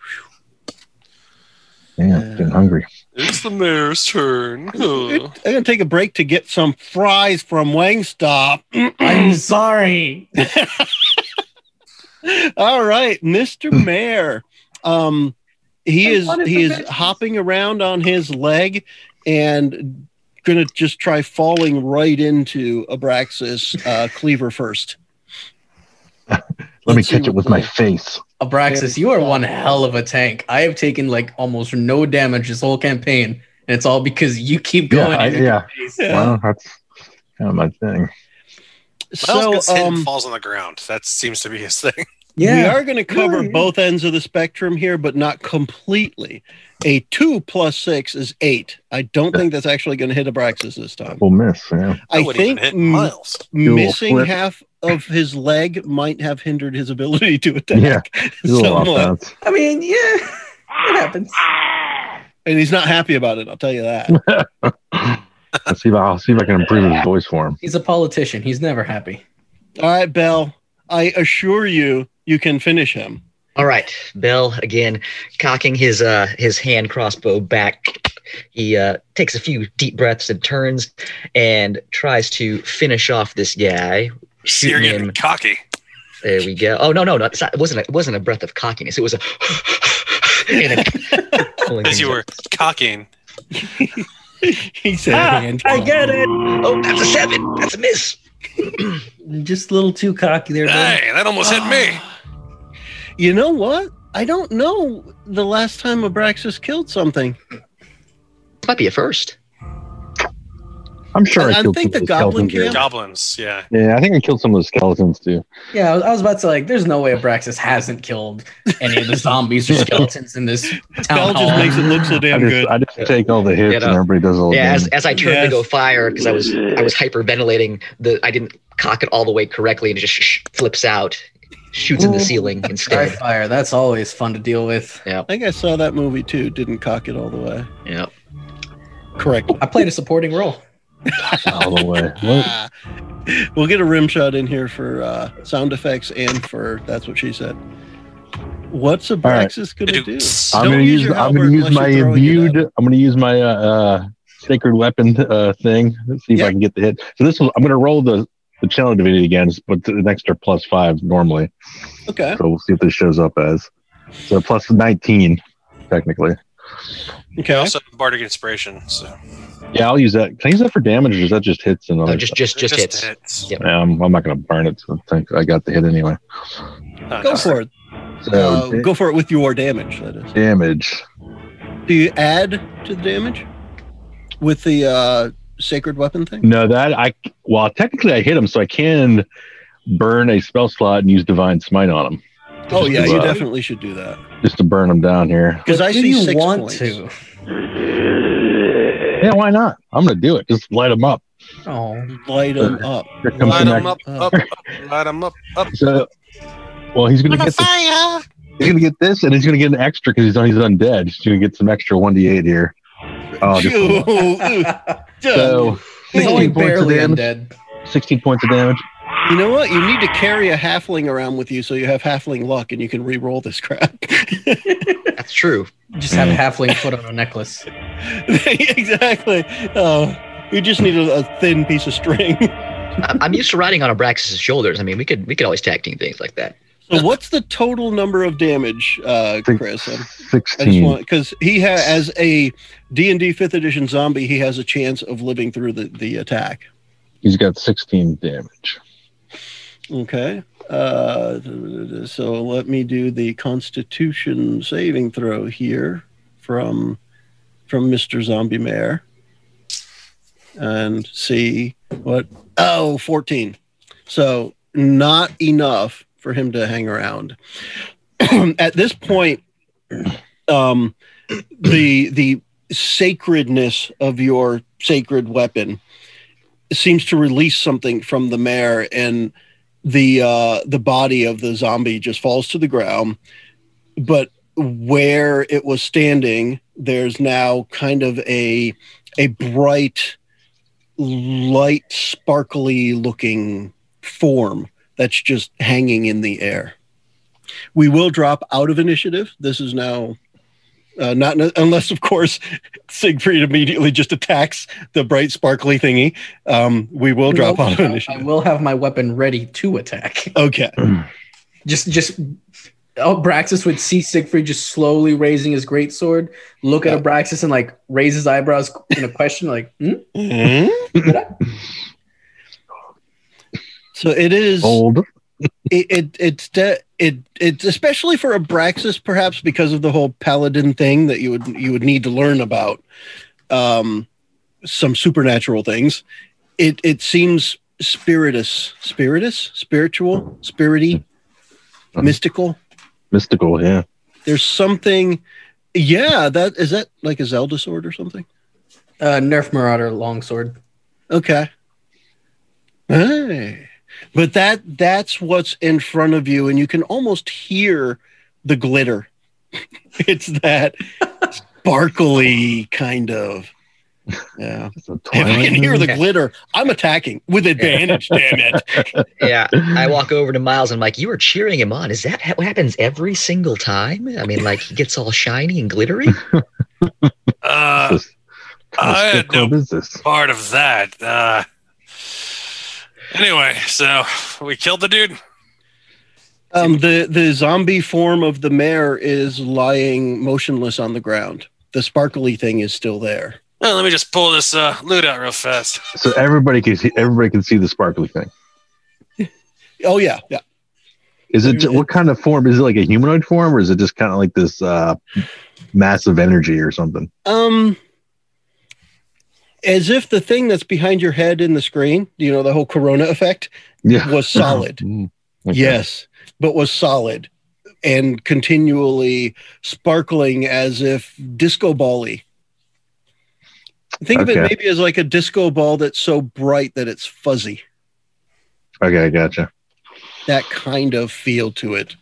[SPEAKER 4] Yeah, getting hungry.
[SPEAKER 7] It's the mayor's turn.
[SPEAKER 3] I'm gonna take a break to get some fries from Wingstop.
[SPEAKER 1] I'm sorry.
[SPEAKER 3] All right, Mr.
[SPEAKER 4] Hmm.
[SPEAKER 3] Mayor. Um, he is he is hopping around on his leg and gonna just try falling right into Abraxas uh, cleaver first.
[SPEAKER 4] Let me
[SPEAKER 3] Let's see
[SPEAKER 4] catch it
[SPEAKER 3] what
[SPEAKER 4] with my
[SPEAKER 3] the-
[SPEAKER 4] face.
[SPEAKER 1] Abraxas, you are one hell of a tank. I have taken like almost no damage this whole campaign, and it's all because you keep
[SPEAKER 4] Yeah,
[SPEAKER 1] going.
[SPEAKER 4] I-
[SPEAKER 1] into
[SPEAKER 4] yeah.
[SPEAKER 1] the face.
[SPEAKER 3] Yeah.
[SPEAKER 4] Wow, that's kind of my thing.
[SPEAKER 3] So um,
[SPEAKER 7] falls on the ground. That seems to be his thing.
[SPEAKER 1] Yeah.
[SPEAKER 3] We are going to cover
[SPEAKER 1] yeah.
[SPEAKER 3] both ends of the spectrum here, but not completely. A two plus six is eight. I don't think that's actually going to hit Abraxas this time.
[SPEAKER 4] We'll miss. Yeah.
[SPEAKER 3] I
[SPEAKER 7] wouldn't
[SPEAKER 3] think
[SPEAKER 7] even hit
[SPEAKER 3] m-
[SPEAKER 7] Miles.
[SPEAKER 4] You'll
[SPEAKER 3] missing
[SPEAKER 4] flip.
[SPEAKER 3] half of his leg might have hindered his ability to attack
[SPEAKER 4] He's a little
[SPEAKER 3] somewhat,
[SPEAKER 4] offense.
[SPEAKER 1] I mean, yeah, it happens.
[SPEAKER 3] and he's not happy about it. I'll tell you that.
[SPEAKER 4] Let's see if I, will see if I can improve his voice for him.
[SPEAKER 1] He's a politician. He's never happy.
[SPEAKER 3] All right, Bell. I assure you, you can finish him.
[SPEAKER 5] All right, Bell again, cocking his uh his hand crossbow back. He uh, takes a few deep breaths and turns, and tries to finish off this guy.
[SPEAKER 7] So you're getting
[SPEAKER 5] him.
[SPEAKER 7] cocky.
[SPEAKER 5] There we go. Oh no, no, no! It's not, it wasn't. A, it wasn't a breath of cockiness. It was a. and a- pulling
[SPEAKER 7] As
[SPEAKER 5] things
[SPEAKER 7] you were
[SPEAKER 5] up.
[SPEAKER 7] cocking.
[SPEAKER 3] he said,
[SPEAKER 2] Ah,
[SPEAKER 3] hand
[SPEAKER 1] Ah, get it.
[SPEAKER 5] Oh, that's a seven. That's a miss.
[SPEAKER 1] Just a little too cocky there, buddy.
[SPEAKER 7] Hey, that almost hit me.
[SPEAKER 3] You know what? I don't know the last time Abraxas killed something.
[SPEAKER 5] Might be a first.
[SPEAKER 4] I'm sure I,
[SPEAKER 3] I
[SPEAKER 4] killed
[SPEAKER 3] think
[SPEAKER 4] some
[SPEAKER 3] the
[SPEAKER 4] of those
[SPEAKER 3] goblin
[SPEAKER 4] skeletons.
[SPEAKER 3] killed-
[SPEAKER 4] here.
[SPEAKER 7] Goblins, yeah.
[SPEAKER 4] Yeah, I think I killed some of those skeletons too.
[SPEAKER 1] Yeah, I was, I was about to like. There's no way Abraxas hasn't killed any of the zombies or skeletons in this town
[SPEAKER 3] Bell just
[SPEAKER 1] hall.
[SPEAKER 3] makes it look so damn
[SPEAKER 4] I just
[SPEAKER 3] good.
[SPEAKER 4] I just take all the hits
[SPEAKER 5] Yeah, no.
[SPEAKER 4] and everybody does all the
[SPEAKER 5] Yeah, as, as I turned
[SPEAKER 3] Yes.
[SPEAKER 5] to go fire because I was I was hyperventilating. The I didn't cock it all the way correctly, and it just sh- flips out, shoots in the ceiling
[SPEAKER 1] Dry
[SPEAKER 5] instead.
[SPEAKER 1] fire. That's always fun to deal with.
[SPEAKER 3] I think I saw that movie too. Didn't cock it all the way.
[SPEAKER 5] Yeah.
[SPEAKER 3] Correct.
[SPEAKER 1] I played a supporting role.
[SPEAKER 4] all the way. What?
[SPEAKER 3] we'll get a rim shot in here for uh, sound effects and for that's what she said. What's a
[SPEAKER 4] right.
[SPEAKER 3] Braxis gonna do?
[SPEAKER 4] I'm
[SPEAKER 3] Don't
[SPEAKER 4] gonna
[SPEAKER 3] use
[SPEAKER 4] use.
[SPEAKER 3] your
[SPEAKER 4] I'm gonna
[SPEAKER 3] halberd
[SPEAKER 4] use
[SPEAKER 3] unless
[SPEAKER 4] my
[SPEAKER 3] you're throwing it
[SPEAKER 4] imbued. I'm gonna use my uh, uh, sacred weapon uh, thing. Let's see if
[SPEAKER 3] Yeah.
[SPEAKER 4] I can get the hit. So this one, I'm gonna roll the the challenge divinity again, but an extra plus five normally.
[SPEAKER 3] Okay.
[SPEAKER 4] So we'll see if this shows up as so plus 19 technically.
[SPEAKER 3] Okay.
[SPEAKER 7] Also, Bardic Inspiration. So
[SPEAKER 4] Yeah, I'll use that. Can I use that for damage, or is that just hits and all?
[SPEAKER 5] No,
[SPEAKER 4] that
[SPEAKER 5] just
[SPEAKER 4] stuff?
[SPEAKER 5] just just hits.
[SPEAKER 7] hits.
[SPEAKER 5] Yep.
[SPEAKER 4] Yeah, I'm, I'm not gonna burn it. So I think I got the hit anyway.
[SPEAKER 7] Uh,
[SPEAKER 3] Go for it.
[SPEAKER 4] So
[SPEAKER 3] Uh,
[SPEAKER 4] da-
[SPEAKER 3] go for it with your damage. That is.
[SPEAKER 4] damage.
[SPEAKER 3] Do you add to the damage with the uh, sacred weapon thing?
[SPEAKER 4] No, that I well technically I hit him, so I can burn a spell slot and use divine smite on him
[SPEAKER 3] Oh yeah, you
[SPEAKER 4] Uh,
[SPEAKER 3] definitely should do that.
[SPEAKER 4] just to burn him down here.
[SPEAKER 3] Because I
[SPEAKER 1] do
[SPEAKER 3] see
[SPEAKER 1] you
[SPEAKER 3] six
[SPEAKER 1] want
[SPEAKER 3] points.
[SPEAKER 1] to?
[SPEAKER 4] Yeah, why not? I'm gonna do it. Just light him up.
[SPEAKER 1] Oh,
[SPEAKER 3] Light them up.
[SPEAKER 4] Here comes
[SPEAKER 7] Light
[SPEAKER 4] the
[SPEAKER 7] him
[SPEAKER 4] next-
[SPEAKER 7] up, up, up, light him up, up.
[SPEAKER 4] So, well, he's gonna
[SPEAKER 6] On a
[SPEAKER 4] get the,
[SPEAKER 6] fire.
[SPEAKER 4] he's gonna get this, and he's gonna get an extra because he's on he's undead. He's gonna get some extra one d eight here. Oh, just a
[SPEAKER 3] Phew.
[SPEAKER 4] little. so
[SPEAKER 1] he's
[SPEAKER 4] 16
[SPEAKER 1] only
[SPEAKER 4] points of
[SPEAKER 1] barely
[SPEAKER 4] damage.
[SPEAKER 1] undead.
[SPEAKER 4] sixteen points of damage.
[SPEAKER 3] you know what? You need to carry a halfling around with you so you have halfling luck and you can re-roll this crap.
[SPEAKER 5] That's true.
[SPEAKER 1] Just have
[SPEAKER 4] Mm.
[SPEAKER 1] halfling foot on a necklace.
[SPEAKER 3] exactly. Uh, you just need a, a thin piece of string.
[SPEAKER 5] I- I'm used to riding on Abraxas' shoulders. I mean, we could we could always tag team things like that.
[SPEAKER 3] so what's the total number of damage, uh,
[SPEAKER 4] Six-
[SPEAKER 3] Chris? I- I just
[SPEAKER 4] Sixteen.
[SPEAKER 3] want because he ha- as a D and D fifth edition zombie, he has a chance of living through the, the attack.
[SPEAKER 4] he's got sixteen damage.
[SPEAKER 3] Okay. Uh, so let me do the Constitution saving throw here from from Mr. Zombie Mayor and see what oh 14. So not enough for him to hang around. At this point um the the sacredness of your sacred weapon seems to release something from the mayor and the uh, the body of the zombie just falls to the ground, but where it was standing, there's now kind of a a bright, light, sparkly looking form that's just hanging in the air. We will drop out of initiative. This is now. Uh, not unless, of course, Siegfried immediately just attacks the bright, sparkly thingy. Um, we will drop out of
[SPEAKER 1] I
[SPEAKER 3] initiative.
[SPEAKER 1] will have my weapon ready to attack.
[SPEAKER 3] Okay.
[SPEAKER 1] Just, just. Abraxas would see Siegfried just slowly raising his greatsword, look
[SPEAKER 3] Yeah.
[SPEAKER 1] at Abraxas and like raise his eyebrows in a question, like, hmm?
[SPEAKER 3] So it is.
[SPEAKER 4] Old.
[SPEAKER 3] it, it it's de- it it's especially for Abraxas, perhaps because of the whole paladin thing that you would you would need to learn about um, some supernatural things. It it seems spiritus, spiritus, spiritual, spirity,
[SPEAKER 4] Mhm.
[SPEAKER 3] mystical.
[SPEAKER 4] Mystical, yeah.
[SPEAKER 3] There's something. Yeah, that is that like a Zelda sword or something.
[SPEAKER 1] Uh, Nerf Marauder longsword.
[SPEAKER 3] Okay. Hey. But that that's what's in front of you, and you can almost hear the glitter. it's that sparkly kind of. Yeah.
[SPEAKER 4] It's a
[SPEAKER 3] If I
[SPEAKER 4] twilight
[SPEAKER 3] can hear the
[SPEAKER 5] Yeah.
[SPEAKER 3] glitter, I'm attacking with advantage, damn it.
[SPEAKER 5] Yeah,
[SPEAKER 4] moon.
[SPEAKER 5] I walk over to Miles and I'm like, "You were cheering him on. Is that ha- what happens every single time? I mean, like he gets all shiny and glittery."
[SPEAKER 7] Uh,
[SPEAKER 4] This- kind of
[SPEAKER 7] I
[SPEAKER 4] strip
[SPEAKER 7] had no-
[SPEAKER 4] club is this?
[SPEAKER 7] part of that. Uh, anyway, so we killed the dude.
[SPEAKER 3] Um, the the zombie form of the mare is lying motionless on the ground. The sparkly thing is still there.
[SPEAKER 7] Oh, let me just pull this uh, loot out real fast.
[SPEAKER 4] So everybody can see everybody can see the sparkly thing.
[SPEAKER 3] Oh yeah, yeah.
[SPEAKER 4] Is it what kind of form? Is it like a humanoid form, or is it just kind of like this uh, massive energy or something?
[SPEAKER 3] Um, as if the thing that's behind your head in the screen, you know, the whole corona effect
[SPEAKER 4] Yeah,
[SPEAKER 3] was solid.
[SPEAKER 4] Mm, okay.
[SPEAKER 3] Yes, but was solid and continually sparkling as if disco bally. Think of
[SPEAKER 4] Okay.
[SPEAKER 3] it maybe as like a disco ball that's so bright that it's fuzzy.
[SPEAKER 4] Okay, I gotcha.
[SPEAKER 3] That kind of feel to it.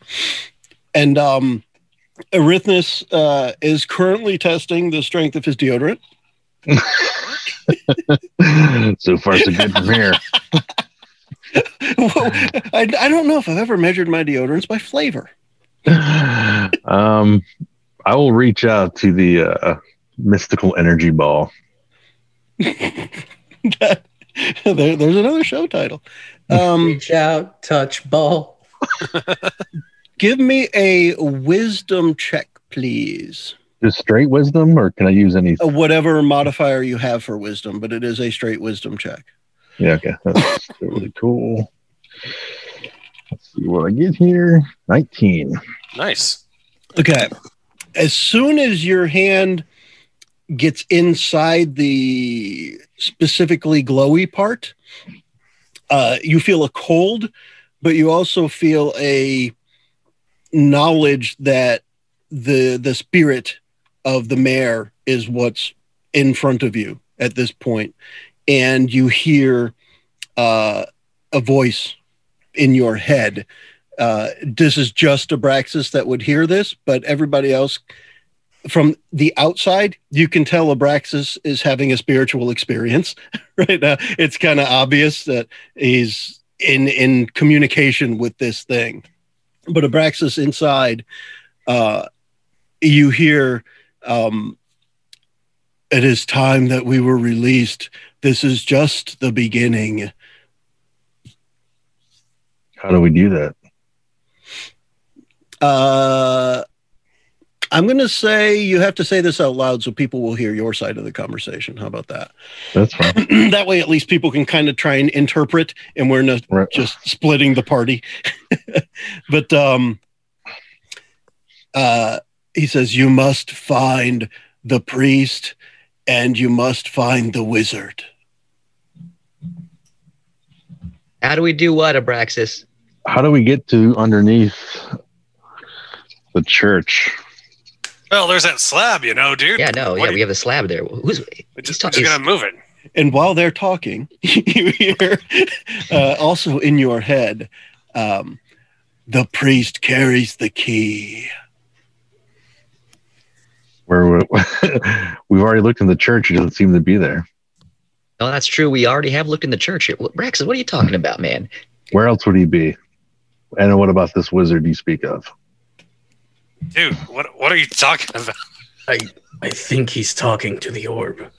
[SPEAKER 3] And um Arrhythmus uh, is currently testing the strength of his deodorant.
[SPEAKER 4] so far, so good from here.
[SPEAKER 3] Whoa, I, I don't know if I've ever measured my deodorants by flavor.
[SPEAKER 4] um, I will reach out to the uh, mystical energy ball.
[SPEAKER 3] That- there, there's another show title. Um,
[SPEAKER 1] Reach out, touch ball.
[SPEAKER 3] give me a wisdom check, please.
[SPEAKER 4] Just straight wisdom, or can I use any?
[SPEAKER 7] Oh.
[SPEAKER 3] Uh, whatever modifier you have for wisdom, but it is a straight wisdom check.
[SPEAKER 4] Yeah, okay. That's really cool. Let's see what I get here. 19.
[SPEAKER 7] Nice.
[SPEAKER 3] Okay. As soon as your hand gets inside the specifically glowy part, uh, you feel a cold, but you also feel a knowledge that the the spirit of the mayor is what's in front of you at this point, and you hear uh, a voice in your head uh, this is just Abraxas that would hear this, but everybody else from the outside, you can tell Abraxas is having a spiritual experience right now. It's kind of obvious that he's in in communication with this thing, but Abraxas inside, uh, you hear, um, "It is time that we were released. This is just the beginning."
[SPEAKER 4] How do we do that?
[SPEAKER 3] Uh, I'm going to say you have to say this out loud so people will hear your side of the conversation. How about that?
[SPEAKER 4] That's fine.
[SPEAKER 3] that way, at least people can kind of try and interpret, and we're not
[SPEAKER 4] Right.
[SPEAKER 3] just splitting the party. but um, uh, he says, You must find the priest and you must find the wizard.
[SPEAKER 5] How do we do what, Abraxas?
[SPEAKER 4] How do we get to underneath the church?
[SPEAKER 7] Well, there's that slab, you know, dude.
[SPEAKER 5] Yeah, no,
[SPEAKER 7] What
[SPEAKER 5] yeah,
[SPEAKER 7] do
[SPEAKER 5] we have a slab there. Who's
[SPEAKER 7] We're
[SPEAKER 5] he's
[SPEAKER 7] just,
[SPEAKER 5] talking?
[SPEAKER 7] we're just gonna move it.
[SPEAKER 3] And while they're talking, you hear uh, also in your head, um, the priest carries the key.
[SPEAKER 4] Where we- we've already looked in the church, it doesn't seem to be there.
[SPEAKER 5] No, that's true. We already have looked in the church. Abraxas, what are you talking about, man?
[SPEAKER 4] Where else would he be? And what about this wizard you speak of?
[SPEAKER 7] Dude, what what are you talking about?
[SPEAKER 1] I think he's talking to the orb.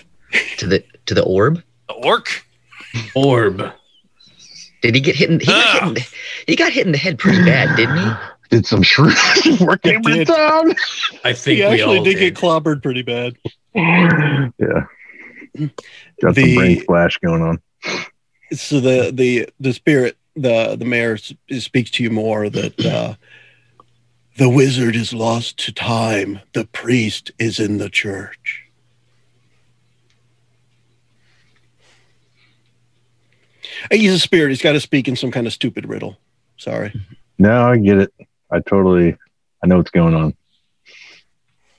[SPEAKER 5] To the to the orb?
[SPEAKER 7] The orc?
[SPEAKER 1] Orb.
[SPEAKER 5] Did he get hit? In, he, got hit in, the- he got hit in the head pretty bad, didn't he?
[SPEAKER 4] Did some shrews work
[SPEAKER 3] He
[SPEAKER 4] came to
[SPEAKER 3] did.
[SPEAKER 4] town?
[SPEAKER 1] I think we
[SPEAKER 3] He actually
[SPEAKER 1] all
[SPEAKER 3] did,
[SPEAKER 1] did.
[SPEAKER 3] get clobbered pretty bad.
[SPEAKER 4] Yeah. Got some
[SPEAKER 3] The-
[SPEAKER 4] brain splash going on.
[SPEAKER 3] So the the the spirit, the the mayor s- speaks to you more that uh, the wizard is lost to time. The priest is in the church. Uh, He's a spirit. He's got to speak in some kind of stupid riddle. Sorry.
[SPEAKER 4] No, I get it. I totally I know what's going on.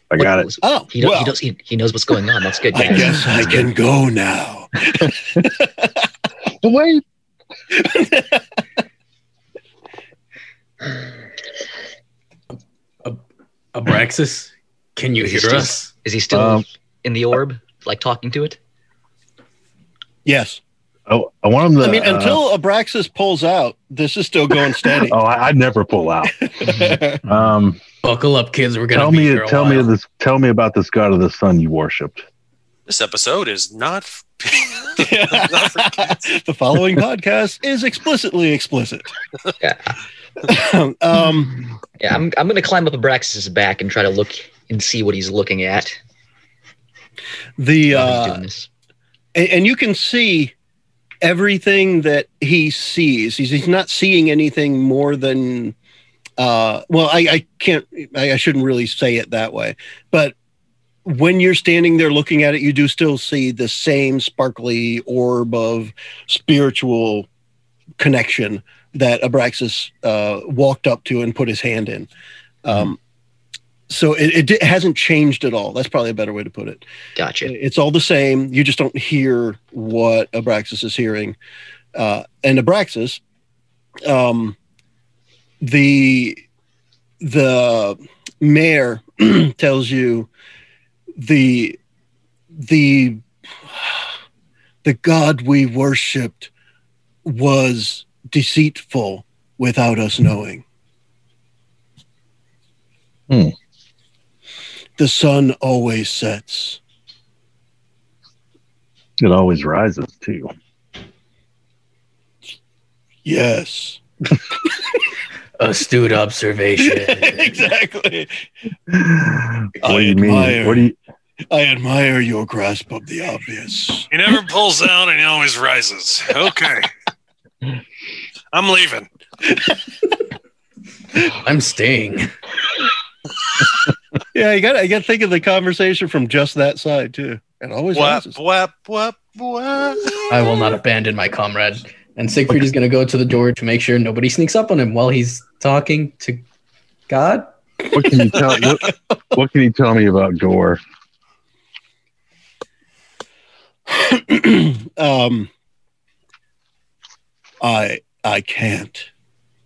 [SPEAKER 4] I got it.
[SPEAKER 3] Oh,
[SPEAKER 5] He knows,
[SPEAKER 3] well,
[SPEAKER 5] he, knows, he, he knows what's going on. That's good.
[SPEAKER 3] I
[SPEAKER 5] guys.
[SPEAKER 3] guess I can go now.
[SPEAKER 4] Wait.
[SPEAKER 1] Abraxas, can you
[SPEAKER 5] Is he
[SPEAKER 1] hear
[SPEAKER 5] still-
[SPEAKER 1] us?
[SPEAKER 5] Is he still
[SPEAKER 4] Um,
[SPEAKER 5] in the orb, like talking to it?
[SPEAKER 3] Yes.
[SPEAKER 4] Oh, I want him to
[SPEAKER 3] I mean,
[SPEAKER 4] uh,
[SPEAKER 3] until Abraxas pulls out, this is still going steady.
[SPEAKER 4] Oh, I, I'd never pull out. Um,
[SPEAKER 1] Buckle up, kids. We're gonna
[SPEAKER 4] tell
[SPEAKER 1] be
[SPEAKER 4] me,
[SPEAKER 1] here a
[SPEAKER 4] tell me
[SPEAKER 1] while.
[SPEAKER 4] this, tell me about this god of the sun you worshipped.
[SPEAKER 7] This episode is not f-
[SPEAKER 3] the following podcast is explicitly explicit.
[SPEAKER 5] Yeah.
[SPEAKER 3] um,
[SPEAKER 5] Yeah, I'm, I'm going to climb up Abraxas' back and try to look and see what he's looking at.
[SPEAKER 3] the
[SPEAKER 5] while he's
[SPEAKER 3] uh,
[SPEAKER 5] doing this.
[SPEAKER 3] and, and you can see everything that he sees. He's, he's not seeing anything more than, uh, well, I, I can't, I, I shouldn't really say it that way. But when you're standing there looking at it, you do still see the same sparkly orb of spiritual connection that Abraxas uh, walked up to and put his hand in. Um, so it, it di- hasn't changed at all. That's probably a better way to put it.
[SPEAKER 5] Gotcha.
[SPEAKER 3] It's all the same. You just don't hear what Abraxas is hearing. Uh, and Abraxas, um, the the mayor tells you the the the god we worshipped was deceitful without us knowing.
[SPEAKER 4] Hmm.
[SPEAKER 3] The sun always sets.
[SPEAKER 4] It always rises too.
[SPEAKER 3] Yes.
[SPEAKER 1] Astute observation.
[SPEAKER 3] exactly.
[SPEAKER 4] What
[SPEAKER 3] I
[SPEAKER 4] do you mean?
[SPEAKER 3] admire.
[SPEAKER 4] What do you?
[SPEAKER 3] I admire your grasp of the obvious.
[SPEAKER 7] He never pulls down and he always rises. Okay. I'm leaving.
[SPEAKER 1] I'm staying.
[SPEAKER 3] Yeah, I got I got to think of the conversation from just that side too. It always
[SPEAKER 7] Whap,
[SPEAKER 3] rises.
[SPEAKER 7] whap, whap, whap.
[SPEAKER 1] I will not abandon my comrade. And Siegfried is going to go to the door to make sure nobody sneaks up on him while he's talking to God.
[SPEAKER 4] What can you tell? what, what can you tell me about Gore?
[SPEAKER 3] um, I I can't.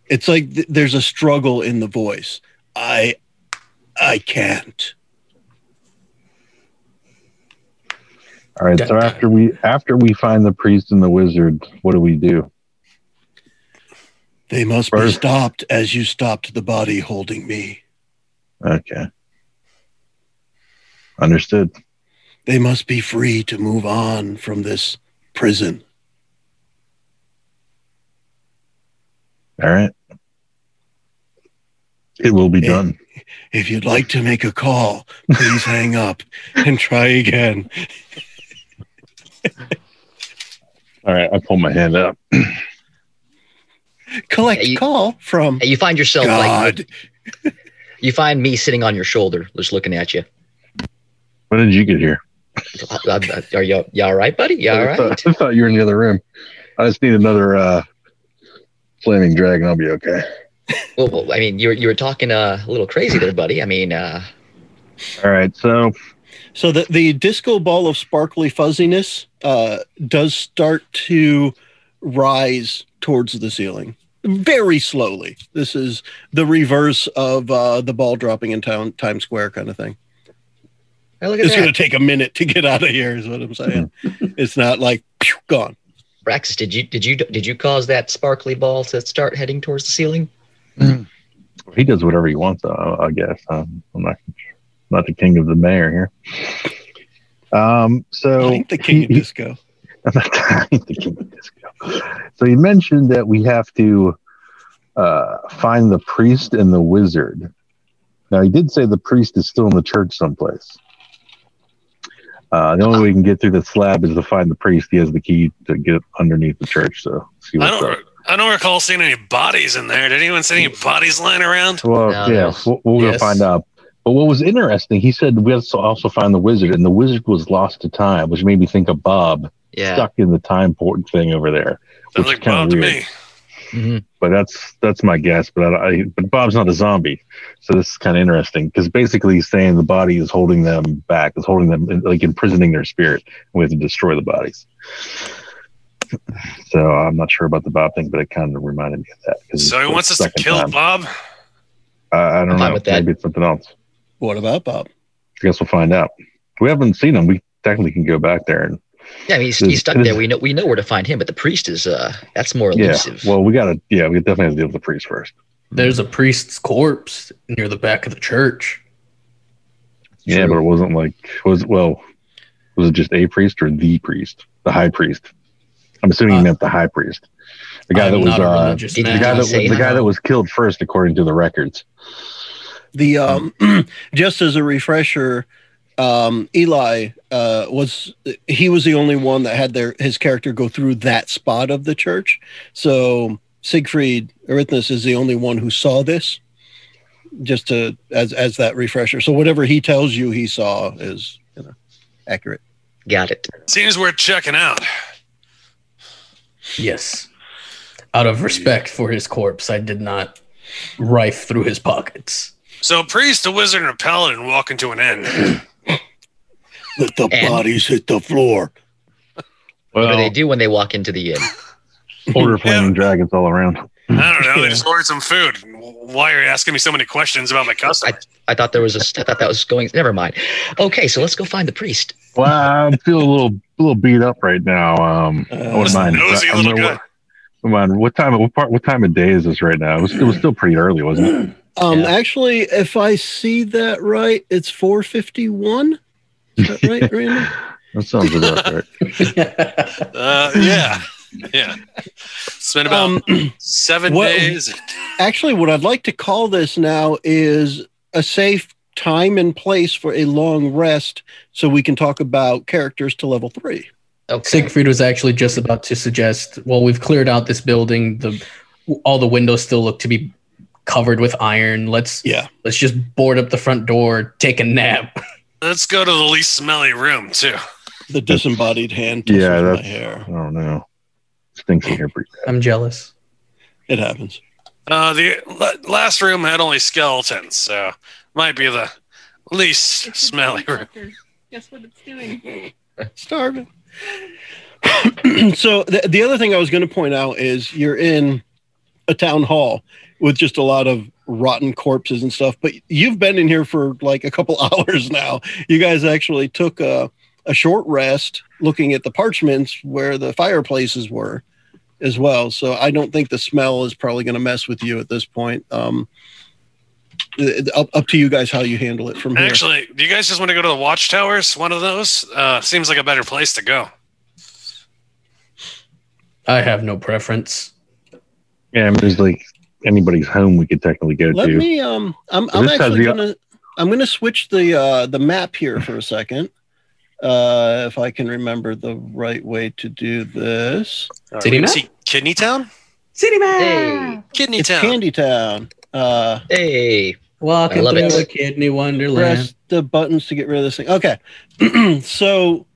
[SPEAKER 3] It's like th- there's a struggle in the voice. I I can't.
[SPEAKER 4] All right. So after we after we find the priest and the wizard, what do we do?
[SPEAKER 3] They must be
[SPEAKER 4] First-
[SPEAKER 3] stopped as you stopped the body holding me.
[SPEAKER 4] Okay. Understood.
[SPEAKER 3] They must be free to move on from this prison.
[SPEAKER 4] All right. It will be done.
[SPEAKER 3] If you'd like to make a call, please hang up and try again.
[SPEAKER 4] All right. I pull my hand up.
[SPEAKER 3] Collect
[SPEAKER 5] Yeah, you-
[SPEAKER 3] call from
[SPEAKER 5] And you find yourself like
[SPEAKER 3] God.
[SPEAKER 5] you find me sitting on your shoulder, just looking at you.
[SPEAKER 4] When did you get here?
[SPEAKER 5] Uh, uh, Are you you all right, buddy? You all
[SPEAKER 4] I,
[SPEAKER 5] right?
[SPEAKER 4] thought, I thought you were in the other room. I just need another uh, flaming dragon. I'll be okay.
[SPEAKER 5] Well, well, I mean, you were you were talking uh, a little crazy there, buddy. I mean, uh,
[SPEAKER 4] All right. So
[SPEAKER 3] So the, the disco ball of sparkly fuzziness uh, does start to rise towards the ceiling very slowly. This is the reverse of uh, the ball dropping in town, Times Square kind of thing.
[SPEAKER 5] oh, look at
[SPEAKER 3] It's
[SPEAKER 5] that.
[SPEAKER 3] going to take a minute to get out of here, is what I'm saying. it's not like pew, gone.
[SPEAKER 5] Braxis, did you did you did you cause that sparkly ball to start heading towards the ceiling?
[SPEAKER 4] he does whatever he wants, I, I guess. Um, I'm not not the king of the mayor here. Um,
[SPEAKER 3] I
[SPEAKER 4] so
[SPEAKER 3] think the king of
[SPEAKER 4] he- he-
[SPEAKER 3] disco.
[SPEAKER 4] I'm not the king of disco. So you mentioned that we have to uh, find the priest and the wizard. Now he did say the priest is still in the church someplace. Uh, the only way we can get through the slab is to find the priest. He has the key to get underneath the church. So see
[SPEAKER 7] I
[SPEAKER 4] what's
[SPEAKER 7] don't,
[SPEAKER 4] up.
[SPEAKER 7] re- I don't recall seeing any bodies in there. Did anyone see any bodies lying around?
[SPEAKER 4] Well, yeah,
[SPEAKER 5] No, there's-
[SPEAKER 4] we'll, we'll
[SPEAKER 1] yes.
[SPEAKER 4] go find out. But what was interesting, he said we also also find the wizard, and the wizard was lost to time, which made me think of Bob
[SPEAKER 5] Yeah.
[SPEAKER 4] stuck in the time port thing over there.
[SPEAKER 7] Sounds
[SPEAKER 4] Which
[SPEAKER 7] like
[SPEAKER 4] is kinda
[SPEAKER 7] Bob to
[SPEAKER 4] weird.
[SPEAKER 7] me.
[SPEAKER 5] Mhm.
[SPEAKER 4] But that's that's my guess. But I, I but Bob's not a zombie, so this is kind of interesting because basically he's saying the body is holding them back, is holding them like imprisoning their spirit. We have to destroy the bodies. So I'm not sure about the Bob thing, but it kind of reminded me of that. 'cause
[SPEAKER 7] So
[SPEAKER 4] it's
[SPEAKER 7] he
[SPEAKER 4] the
[SPEAKER 7] wants us to
[SPEAKER 4] second
[SPEAKER 7] kill
[SPEAKER 4] time.
[SPEAKER 7] Bob?
[SPEAKER 4] I, I don't
[SPEAKER 5] I'm fine
[SPEAKER 4] know.
[SPEAKER 5] with that.
[SPEAKER 4] Maybe it's something else.
[SPEAKER 3] What about Bob?
[SPEAKER 4] I guess we'll find out. We haven't seen him. We technically can go back there and
[SPEAKER 5] Yeah, I mean, he's,
[SPEAKER 4] It is-
[SPEAKER 5] he's stuck
[SPEAKER 4] it
[SPEAKER 5] there.
[SPEAKER 4] is-
[SPEAKER 5] We know we know where to find him, but the priest is uh that's more
[SPEAKER 4] yeah.
[SPEAKER 5] elusive.
[SPEAKER 4] Well, we gotta yeah, we definitely have to deal with the priest first.
[SPEAKER 1] There's a priest's corpse near the back of the church.
[SPEAKER 4] Yeah, but it wasn't like was well, was it just a priest or the priest, the high priest? I'm assuming
[SPEAKER 1] Uh,
[SPEAKER 4] he meant the high priest, the guy
[SPEAKER 1] I'm
[SPEAKER 4] that was
[SPEAKER 1] not a
[SPEAKER 4] uh,
[SPEAKER 1] religious
[SPEAKER 5] the
[SPEAKER 4] the
[SPEAKER 1] man.
[SPEAKER 4] guy that was,
[SPEAKER 5] Say
[SPEAKER 4] the guy
[SPEAKER 5] no.
[SPEAKER 4] that was killed first, according to the records.
[SPEAKER 3] The um, just as a refresher, um, Eli uh, was he was the only one that had their his character go through that spot of the church. So Siegfried Erythnus is the only one who saw this. Just to as as that refresher. So whatever he tells you he saw is you know accurate.
[SPEAKER 5] Got it.
[SPEAKER 7] Seems worth checking out.
[SPEAKER 1] Yes. Out of respect for his corpse, I did not rife through his pockets.
[SPEAKER 7] So a priest, a wizard, and a paladin walking to an end.
[SPEAKER 3] Let the
[SPEAKER 5] And-
[SPEAKER 3] bodies hit the floor.
[SPEAKER 5] what do they
[SPEAKER 4] Well,
[SPEAKER 5] do when they walk into the inn?
[SPEAKER 4] order flaming dragons all around.
[SPEAKER 7] I don't know.
[SPEAKER 3] Yeah.
[SPEAKER 7] They just ordered some food. Why are you asking me so many questions about my customer?
[SPEAKER 5] I thought there was a I thought that was going. Never mind. Okay, so let's go find the priest.
[SPEAKER 4] Well, I feel a little a little beat up right now. Um, I wouldn't
[SPEAKER 7] Just
[SPEAKER 4] mind.
[SPEAKER 7] nosy
[SPEAKER 4] I- I
[SPEAKER 7] little
[SPEAKER 4] don't know
[SPEAKER 7] guy.
[SPEAKER 4] what- Come on, what time? What part? What time of day is this right now? It was, it was still pretty early, wasn't it?
[SPEAKER 3] Um,
[SPEAKER 5] Yeah.
[SPEAKER 3] actually, if I see that right, it's four fifty one. Is that right, Randy?
[SPEAKER 4] That sounds about right.
[SPEAKER 7] Uh, yeah, yeah. It's been about
[SPEAKER 3] Um,
[SPEAKER 7] seven
[SPEAKER 3] what-
[SPEAKER 7] days.
[SPEAKER 3] actually, what I'd like to call this now is a safe time and place for a long rest, so we can talk about characters to level three.
[SPEAKER 5] Okay.
[SPEAKER 1] Siegfried was actually just about to suggest, well, we've cleared out this building. The all the windows still look to be covered with iron. Let's
[SPEAKER 3] Yeah.
[SPEAKER 1] let's just board up the front door, take a nap.
[SPEAKER 7] Let's go to the least smelly room too.
[SPEAKER 3] The disembodied hand touches my
[SPEAKER 4] Yeah, that's-
[SPEAKER 3] hair.
[SPEAKER 4] I don't know. Stinks in here pretty
[SPEAKER 1] I'm jealous.
[SPEAKER 3] It happens.
[SPEAKER 7] Uh, the la- last room had only skeletons, so might be the least smelly room.
[SPEAKER 8] Guess what it's doing?
[SPEAKER 3] starving. so the, the other thing I was going to point out is you're in a town hall with just a lot of rotten corpses and stuff, but you've been in here for like a couple hours now. You guys actually took a, a short rest looking at the parchments where the fireplaces were as well. So I don't think the smell is probably going to mess with you at this point. Um, it- it- up, up to you guys how you handle it from here.
[SPEAKER 7] Actually, do you guys just want to go to the watchtowers? One of those uh, seems like a better place to go.
[SPEAKER 1] I have no preference.
[SPEAKER 4] good. Yeah, I mean, there's like anybody's home we could technically go
[SPEAKER 3] Let
[SPEAKER 4] to.
[SPEAKER 3] me. Um, I'm.
[SPEAKER 4] So
[SPEAKER 3] I'm
[SPEAKER 4] this has
[SPEAKER 3] actually
[SPEAKER 4] the-
[SPEAKER 3] gonna. I'm gonna switch the uh, the map here for a second. Uh, if I can remember the right way to do this,
[SPEAKER 7] Uh,
[SPEAKER 1] City
[SPEAKER 7] we can
[SPEAKER 1] map?
[SPEAKER 7] see Kidney Town.
[SPEAKER 1] City
[SPEAKER 3] Ah.
[SPEAKER 5] Hey,
[SPEAKER 7] Kidney
[SPEAKER 3] it's
[SPEAKER 7] Town.
[SPEAKER 3] Candy Town. Uh,
[SPEAKER 5] hey. I
[SPEAKER 1] Walking
[SPEAKER 5] love
[SPEAKER 1] through
[SPEAKER 5] it.
[SPEAKER 1] the kidney wonderland.
[SPEAKER 3] press the buttons to get rid of this thing. Okay, so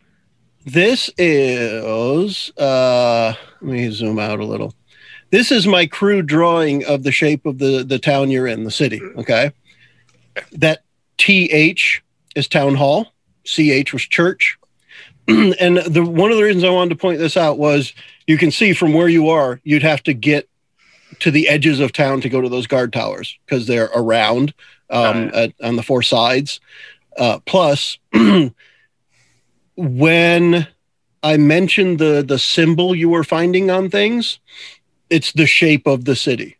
[SPEAKER 3] this is. Uh, let me zoom out a little. This is my crude drawing of the shape of the the town you're in, the city. Okay, that th is town hall. Ch was church. and the one of the reasons I wanted to point this out was you can see from where you are, you'd have to get to the edges of town to go to those guard towers because they're around um, at, on the four sides. Uh, plus, when I mentioned the the symbol you were finding on things, it's the shape of the city.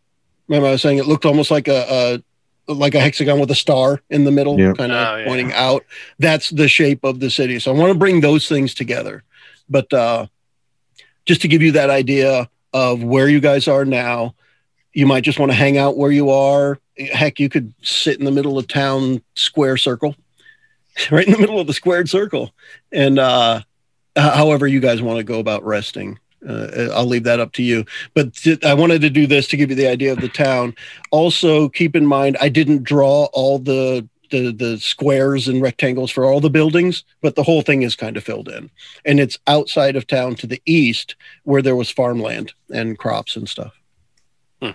[SPEAKER 3] Remember, I was saying it looked almost like a, a like a hexagon with a star in the middle,
[SPEAKER 4] Yep.
[SPEAKER 3] kind of
[SPEAKER 7] Oh, yeah.
[SPEAKER 3] pointing out. That's the shape of the city. So I want to bring those things together, but uh, just to give you that idea of where you guys are now, you might just want to hang out where you are. Heck, you could sit in the middle of town square circle, right in the middle of the squared circle. And uh, h- however you guys want to go about resting, uh, I'll leave that up to you. But th- I wanted to do this to give you the idea of the town. Also, keep in mind, I didn't draw all the the, the squares and rectangles for all the buildings, but the whole thing is kind of filled in. And it's outside of town to the east where there was farmland and crops and stuff.
[SPEAKER 7] Hmm.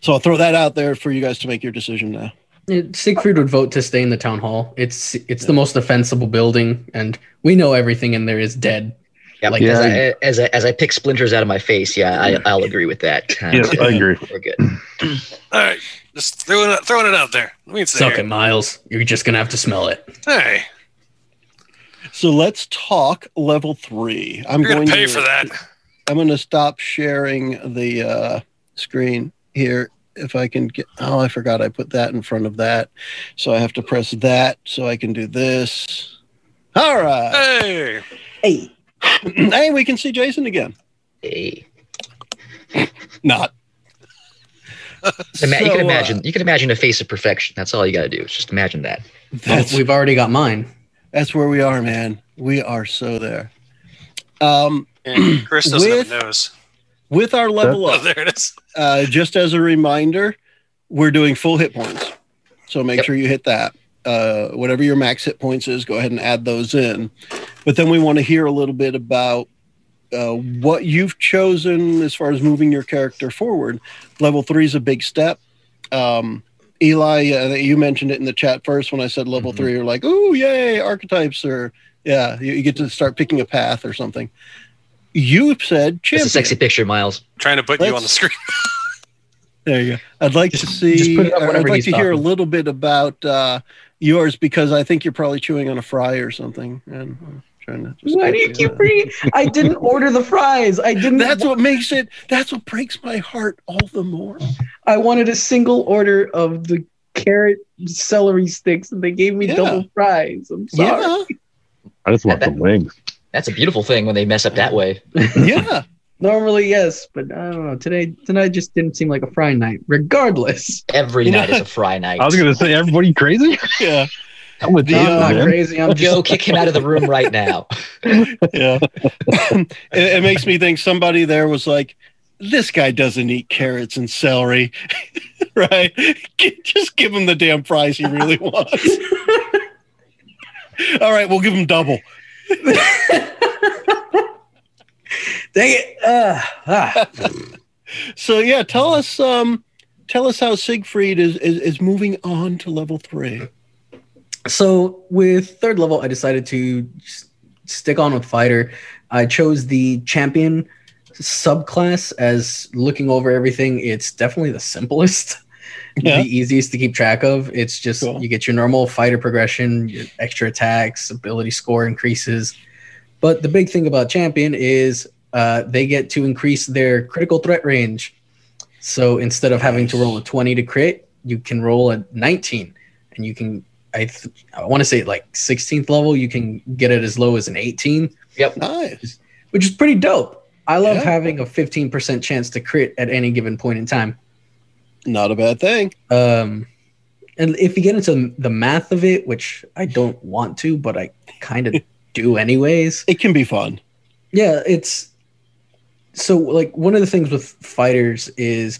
[SPEAKER 3] So I'll throw that out there for you guys to make your decision now.
[SPEAKER 1] It- Siegfried would vote to stay in the town hall. It's it's the most defensible building, and we know everything in there is dead.
[SPEAKER 5] Yeah,
[SPEAKER 1] Like,
[SPEAKER 5] as,
[SPEAKER 4] yeah.
[SPEAKER 5] I, as, I, as I pick splinters out of my face, yeah, I, I'll agree with that. Uh,
[SPEAKER 4] Yeah, I agree.
[SPEAKER 5] We're good.
[SPEAKER 7] All right, just throwing it, throwing it out there. We can stay
[SPEAKER 1] Suck
[SPEAKER 7] here.
[SPEAKER 1] it, Miles. You're just gonna have to smell it.
[SPEAKER 7] Hey,
[SPEAKER 3] So let's talk level three. I'm
[SPEAKER 7] you're gonna
[SPEAKER 3] going
[SPEAKER 7] pay
[SPEAKER 3] to
[SPEAKER 7] for that.
[SPEAKER 3] I'm going to stop sharing the uh, screen here. If I can get, oh, I forgot I put that in front of that. So I have to press that so I can do this. All right.
[SPEAKER 7] Hey,
[SPEAKER 3] hey, we can see Jason again.
[SPEAKER 5] Hey.
[SPEAKER 3] Not.
[SPEAKER 5] Ima- you
[SPEAKER 3] So,
[SPEAKER 5] can
[SPEAKER 3] uh,
[SPEAKER 5] imagine. you can imagine a face of perfection. That's all you got to do. It's just imagine that.
[SPEAKER 1] Well,
[SPEAKER 3] that's
[SPEAKER 1] we've already got mine.
[SPEAKER 3] That's where we are, man. We are so there. Um,
[SPEAKER 7] And Chris doesn't
[SPEAKER 3] With-
[SPEAKER 7] have a nose.
[SPEAKER 3] with our level
[SPEAKER 7] Oh,
[SPEAKER 3] up,
[SPEAKER 7] there it is.
[SPEAKER 3] uh, just as a reminder, we're doing full hit points. So make
[SPEAKER 5] Yep.
[SPEAKER 3] sure you hit that. Uh, whatever your max hit points is, go ahead and add those in. But then we want to hear a little bit about uh, what you've chosen as far as moving your character forward. Level three is a big step. Um, Eli, uh, you mentioned it in the chat first when I said level
[SPEAKER 5] Mhm.
[SPEAKER 3] three. You're like, "Ooh, yay, archetypes!" Or yeah, you, you get to start picking a path or something. You said
[SPEAKER 5] It's
[SPEAKER 3] champion.
[SPEAKER 5] a sexy picture, Miles.
[SPEAKER 7] Trying to put you
[SPEAKER 3] Let's-
[SPEAKER 7] on the screen.
[SPEAKER 3] There you go. I'd like to see.
[SPEAKER 1] just put it up
[SPEAKER 3] I'd
[SPEAKER 1] whenever
[SPEAKER 3] like
[SPEAKER 1] he's
[SPEAKER 3] to hear a
[SPEAKER 1] talking.
[SPEAKER 3] little bit about uh, yours because I think you're probably chewing on a fry or something. And I'm trying to. just-
[SPEAKER 1] Why do you keep reading? I didn't order the fries. I didn't.
[SPEAKER 3] That's what makes it. That's what breaks my heart all the more.
[SPEAKER 1] I wanted a single order of the carrot celery sticks, and they gave me
[SPEAKER 3] Yeah.
[SPEAKER 1] double fries. I'm sorry.
[SPEAKER 3] Yeah,
[SPEAKER 4] I just want some wings.
[SPEAKER 5] That's a beautiful thing when they mess up that way.
[SPEAKER 3] yeah.
[SPEAKER 1] Normally, yes, but I don't know. Today, tonight just didn't seem like a fry night. Regardless,
[SPEAKER 5] Every
[SPEAKER 3] You know-
[SPEAKER 5] night is a fry night.
[SPEAKER 4] I was gonna say, everybody crazy?
[SPEAKER 3] Yeah,
[SPEAKER 4] I'm with you,
[SPEAKER 1] I'm not
[SPEAKER 4] man.
[SPEAKER 1] crazy. I'm just.
[SPEAKER 5] Joe, kick him out of the room right now.
[SPEAKER 3] yeah. it, it makes me think somebody there was like, "This guy doesn't eat carrots and celery, right? Just give him the damn fries he really wants." All right, we'll give him double.
[SPEAKER 1] Dang it! Uh, ah.
[SPEAKER 3] So yeah, tell us, um, tell us how Siegfried is is, is moving on to level three.
[SPEAKER 1] So with third level, I decided to s- stick on with fighter. I chose the champion subclass as looking over everything. It's definitely the simplest,
[SPEAKER 3] Yeah.
[SPEAKER 1] the easiest to keep track of. It's just
[SPEAKER 3] Cool.
[SPEAKER 1] you get your normal fighter progression, your extra attacks, ability score increases. But the big thing about champion is uh, they get to increase their critical threat range. So instead of having to roll a 20 to crit, you can roll a 19 and you can I th- I want to say like 16th level, you can get it as low as an 18,
[SPEAKER 3] Nice.
[SPEAKER 1] which is pretty dope. I love
[SPEAKER 3] Yeah.
[SPEAKER 1] having a 15% chance to crit at any given point in time.
[SPEAKER 3] Not a bad thing.
[SPEAKER 1] Um, and if you get into the math of it, which I don't want to, but I kind of do anyways.
[SPEAKER 3] It can be fun.
[SPEAKER 1] Yeah, it's so like one of the things with fighters is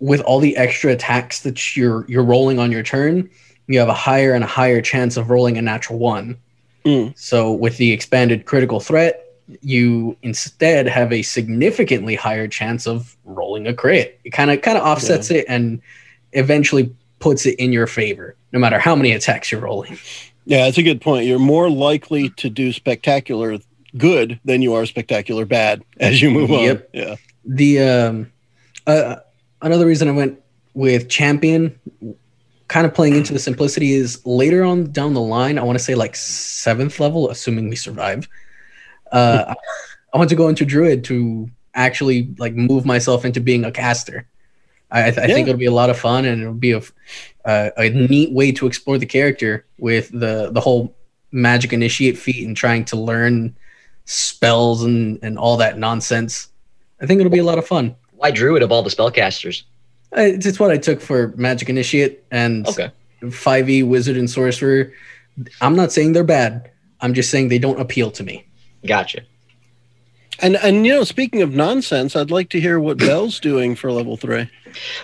[SPEAKER 1] with all the extra attacks that you're you're rolling on your turn, you have a higher and a higher chance of rolling a natural one.
[SPEAKER 3] Mm.
[SPEAKER 1] So with the expanded critical threat, you instead have a significantly higher chance of rolling a crit. It kind of kind of offsets it and eventually puts it in your favor, no matter how many attacks you're rolling.
[SPEAKER 3] Yeah, it's a good point. You're more likely to do spectacular good than you are spectacular bad as you move on.
[SPEAKER 1] Yep.
[SPEAKER 3] Yeah.
[SPEAKER 1] the um uh, another reason i went with champion kind of playing into the simplicity is later on down the line i want to say like seventh level assuming we survive uh i want to go into druid to actually like move myself into being a caster i, I, th- I think
[SPEAKER 3] Yeah.
[SPEAKER 1] it'll be a lot of fun and it'll be a f- uh, a neat way to explore the character with the the whole magic initiate feat and trying to learn spells and and all that nonsense I think it'll be a lot of fun.
[SPEAKER 5] Why Druid of all the spellcasters?
[SPEAKER 1] Uh, It's, it's what I took for Magic Initiate and
[SPEAKER 5] Okay.
[SPEAKER 1] 5e Wizard and Sorcerer. I'm not saying they're bad. I'm just saying they don't appeal to me.
[SPEAKER 5] Gotcha.
[SPEAKER 3] And and you know, speaking of nonsense, I'd like to hear what Bell's doing for level three.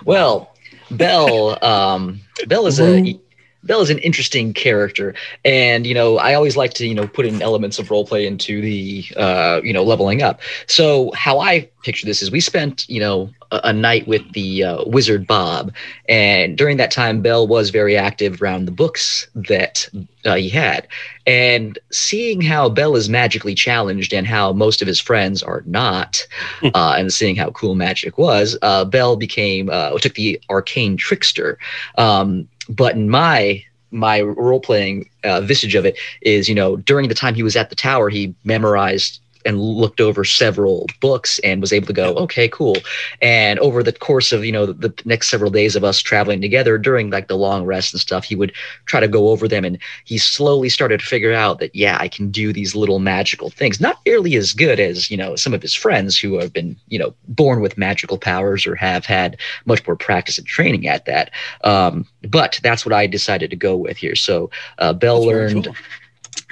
[SPEAKER 5] Well, Bell, um, Bell is a Bell is an interesting character, and you know I always like to you know put in elements of roleplay into the uh, you know leveling up. So how I picture this is we spent you know a, a night with the uh, wizard Bob, and during that time Bell was very active around the books that uh, he had, and seeing how Bell is magically challenged and how most of his friends are not uh, and seeing how cool magic was, uh, Bell became uh, took the arcane trickster. Um, but in my my role playing uh, visage of it is, you know, during the time he was at the tower, he memorized and looked over several books and was able to go, okay, cool. And over the course of you know the, the next several days of us traveling together during like the long rest and stuff, he would try to go over them and he slowly started to figure out that yeah i can do these little magical things not nearly as good as you know some of his friends who have been you know born with magical powers or have had much more practice and training at that um, but that's what i decided to go with here so uh, bell
[SPEAKER 3] That's very
[SPEAKER 5] learned
[SPEAKER 3] cool.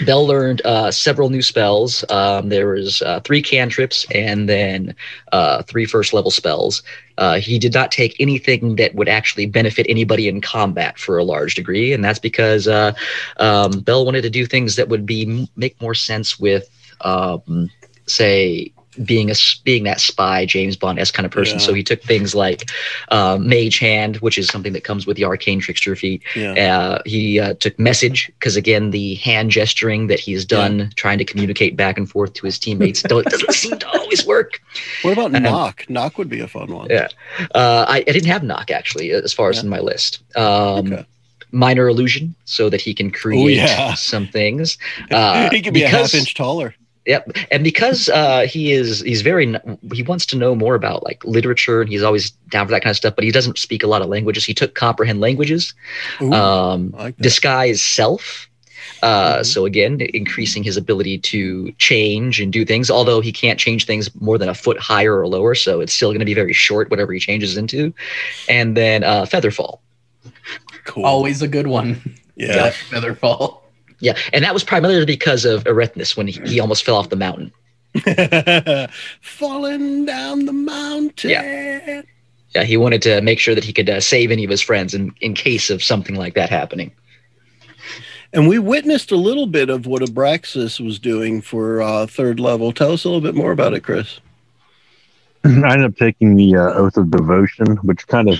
[SPEAKER 5] Bell learned uh, several new spells. Um, there was uh, three cantrips and then uh, three first level spells. Uh, he did not take anything that would actually benefit anybody in combat for a large degree, and that's because uh, um, Bell wanted to do things that would be make more sense with, um, say, being a s- being that spy James Bond s kind of person.
[SPEAKER 3] Yeah.
[SPEAKER 5] So he took things like uh, Mage Hand, which is something that comes with the arcane trickster feat.
[SPEAKER 3] Yeah.
[SPEAKER 5] Uh, he uh, took message because again, the hand gesturing that he's done, trying to communicate back and forth to his teammates, don't, doesn't seem to always work.
[SPEAKER 3] What about
[SPEAKER 5] Um,
[SPEAKER 3] knock? Knock would be a fun one.
[SPEAKER 5] yeah. Uh, I, I didn't have knock actually, as far as
[SPEAKER 3] Yeah.
[SPEAKER 5] in my list. Um,
[SPEAKER 3] Okay.
[SPEAKER 5] minor illusion so that he can create
[SPEAKER 3] yeah.
[SPEAKER 5] some things. Uh,
[SPEAKER 3] he could be
[SPEAKER 5] because-
[SPEAKER 3] a half inch taller.
[SPEAKER 5] Yep, and because uh, he is he's very he wants to know more about like literature and he's always down for that kind of stuff, but he doesn't speak a lot of languages. He took comprehend languages,
[SPEAKER 3] Ooh,
[SPEAKER 5] um,
[SPEAKER 3] I like that.
[SPEAKER 5] disguise self. Uh,
[SPEAKER 3] Mhm.
[SPEAKER 5] So again, increasing his ability to change and do things. Although he can't change things more than a foot higher or lower, so it's still going to be very short, whatever he changes into. And then uh, featherfall.
[SPEAKER 3] cool.
[SPEAKER 1] Always a good one.
[SPEAKER 3] yeah.
[SPEAKER 1] Featherfall.
[SPEAKER 5] Yeah, and that was primarily because of Erethnus when he, he almost fell off the mountain.
[SPEAKER 3] Falling down the mountain.
[SPEAKER 5] Yeah, he wanted to make sure that he could uh, save any of his friends in, in case of something like that happening.
[SPEAKER 3] And we witnessed a little bit of what Abraxas was doing for uh, third level. Tell us a little bit more about it, Chris.
[SPEAKER 4] I ended up taking the uh, oath of devotion, which kind of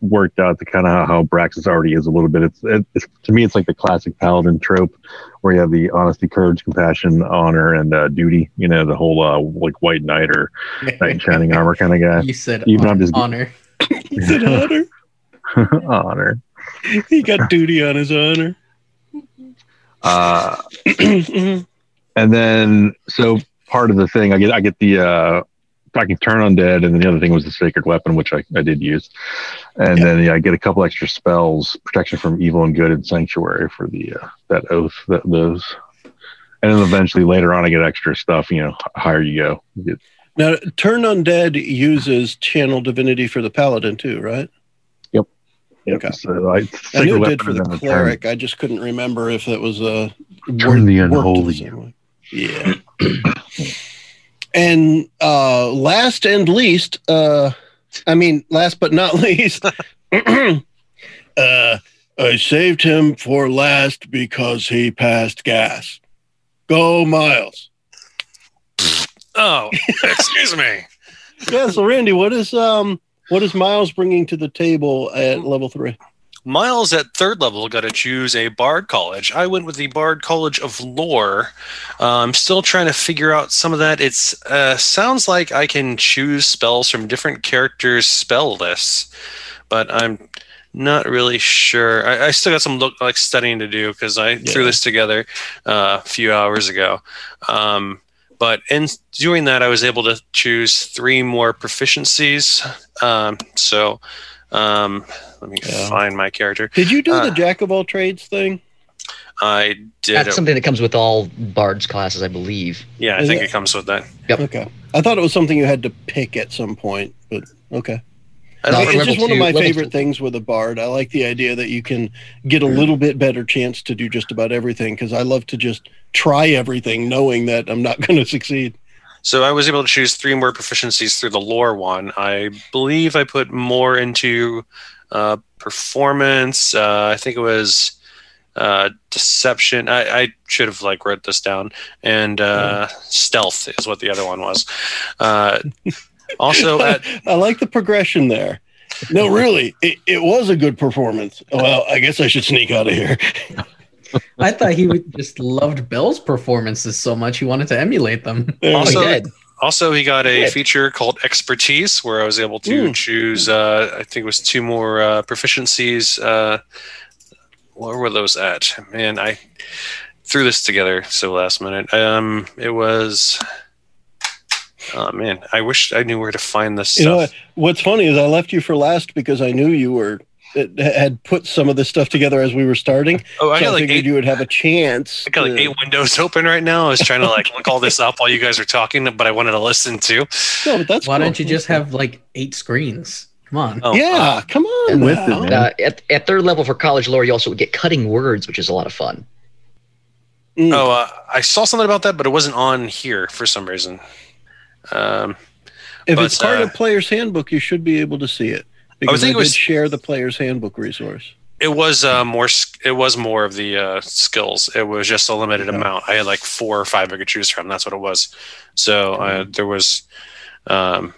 [SPEAKER 4] worked out to kind of how, how Braxis already is a little bit. It's, it, it's to me, it's like the classic paladin trope, where you have the honesty, courage, compassion, honor, and uh, duty. You know, the whole uh, like white knight or knight in shining armor kind of guy.
[SPEAKER 1] you said
[SPEAKER 4] Even
[SPEAKER 1] honor.
[SPEAKER 4] I'm just-
[SPEAKER 1] honor.
[SPEAKER 3] Is it honor?
[SPEAKER 4] honor.
[SPEAKER 3] He got duty on his honor.
[SPEAKER 4] Uh, and then so part of the thing I get I get the uh I can turn undead and then the other thing was the sacred weapon which I, I did use and then yeah I get a couple extra spells protection from evil and good and sanctuary for the uh, that oath that those and then eventually later on I get extra stuff you know h- higher you go You get-
[SPEAKER 3] Now, Turn Undead uses Channel Divinity for the Paladin too, right? Okay.
[SPEAKER 4] so I,
[SPEAKER 3] I
[SPEAKER 4] uh, sacred
[SPEAKER 3] knew it
[SPEAKER 4] weapon
[SPEAKER 3] did for
[SPEAKER 4] and
[SPEAKER 3] the
[SPEAKER 4] then
[SPEAKER 3] cleric. I just couldn't remember if it was a
[SPEAKER 4] Turn the
[SPEAKER 3] worked
[SPEAKER 4] unholy.
[SPEAKER 3] same way. Yeah. and uh, last and least, uh, I mean, last but not least, uh, I saved him for last because he passed gas. Go Miles.
[SPEAKER 7] Oh, excuse me.
[SPEAKER 3] Yeah. So Randy, what is um, what is Miles bringing to the table at level three?
[SPEAKER 7] Miles at third level got to choose a Bard College. I went with the Bard College of Lore. Uh, I'm still trying to figure out some of that. It's uh, sounds like I can choose spells from different characters' spell lists, but I'm not really sure. I, I still got some look like studying to do because I threw
[SPEAKER 3] Yeah.
[SPEAKER 7] this together uh, a few hours ago. Um, but in doing that, I was able to choose three more proficiencies. Um, so. Um, let me
[SPEAKER 3] Yeah.
[SPEAKER 7] find my character.
[SPEAKER 3] Did you do
[SPEAKER 7] Uh,
[SPEAKER 3] the jack of all trades thing?
[SPEAKER 7] I did.
[SPEAKER 5] That's
[SPEAKER 7] it.
[SPEAKER 5] something that comes with all bards classes, I believe.
[SPEAKER 7] yeah, I
[SPEAKER 3] Is
[SPEAKER 7] think
[SPEAKER 3] it-
[SPEAKER 7] it comes with that.
[SPEAKER 3] Okay. I thought it was something you had to pick at some point, but okay.
[SPEAKER 7] I
[SPEAKER 5] No,
[SPEAKER 7] don't
[SPEAKER 3] it's
[SPEAKER 7] remember.
[SPEAKER 5] level
[SPEAKER 3] just one of
[SPEAKER 5] two-
[SPEAKER 3] my
[SPEAKER 5] level
[SPEAKER 3] favorite
[SPEAKER 5] two.
[SPEAKER 3] things with a bard. I like the idea that you can get a little bit better chance to do just about everything because I love to just try everything knowing that I'm not going to succeed.
[SPEAKER 7] So I was able to choose three more proficiencies through the lore one. I believe I put more into uh, performance. Uh, I think it was uh, deception. I, I should have like wrote this down. And uh, stealth is what the other one was. Uh, also, uh, at
[SPEAKER 3] I like the progression there. No, really, it, it was a good performance. Well, I guess I should sneak out of here.
[SPEAKER 1] I thought he would just loved Bell's performances so much he wanted to emulate them.
[SPEAKER 3] There we
[SPEAKER 7] Also-
[SPEAKER 3] go.
[SPEAKER 5] he did.
[SPEAKER 7] Also, he got a
[SPEAKER 5] Good.
[SPEAKER 7] feature called Expertise, where I was able to
[SPEAKER 3] Mm.
[SPEAKER 7] choose. Uh, I think it was two more uh, proficiencies. Uh, where were those at? Man, I threw this together so last minute. Um, it was. Oh man, I wish I knew where to find this
[SPEAKER 3] You know
[SPEAKER 7] stuff.
[SPEAKER 3] What's funny is I left you for last because I knew you were had put some of this stuff together as we were starting.
[SPEAKER 7] oh, I
[SPEAKER 3] so
[SPEAKER 7] got like
[SPEAKER 3] figured
[SPEAKER 7] eight.
[SPEAKER 3] you would have a chance.
[SPEAKER 7] I got like
[SPEAKER 3] to-
[SPEAKER 7] eight windows open right now. I was trying to like look all this up while you guys were talking, but I wanted to listen too.
[SPEAKER 3] No, but that's
[SPEAKER 1] Why
[SPEAKER 3] cool.
[SPEAKER 1] don't you just have like eight screens? Come on.
[SPEAKER 7] Oh,
[SPEAKER 3] yeah,
[SPEAKER 7] uh,
[SPEAKER 3] come on.
[SPEAKER 4] With it,
[SPEAKER 3] now.
[SPEAKER 4] man.
[SPEAKER 5] Uh, at, at third level for college lore, you also get cutting words, which is a lot of fun.
[SPEAKER 3] Mm.
[SPEAKER 7] Oh, uh, I saw something about that, but it wasn't on here for some reason. Um,
[SPEAKER 3] if
[SPEAKER 7] but,
[SPEAKER 3] it's part
[SPEAKER 7] uh,
[SPEAKER 3] of Player's Handbook, you should be able to see it. Because I,
[SPEAKER 7] thinking it
[SPEAKER 3] did
[SPEAKER 7] was-
[SPEAKER 3] share the Player's Handbook resource.
[SPEAKER 7] It was uh, more. s- It was more of the uh, skills. It was just a limited
[SPEAKER 3] Okay.
[SPEAKER 7] amount. I had like four or five I could choose from. That's what it was. So uh, there was um,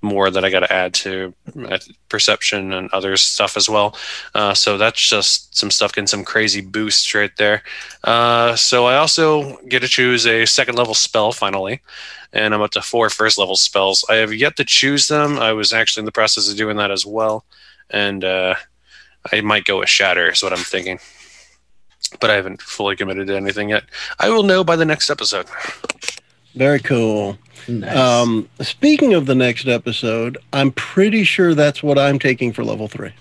[SPEAKER 7] more that I got to add to uh, perception and other stuff as well. Uh, so that's just some stuff getting some crazy boosts right there. Uh, so I also get to choose a second level spell finally, and I'm up to four first level spells. I have yet to choose them. I was actually in the process of doing that as well, and. Uh, I might go with Shatter, is what I'm thinking. But I haven't fully committed to anything yet. I will know by the next episode.
[SPEAKER 3] Very cool.
[SPEAKER 1] Nice.
[SPEAKER 3] Um, speaking of the next episode, I'm pretty sure that's what I'm taking for level three.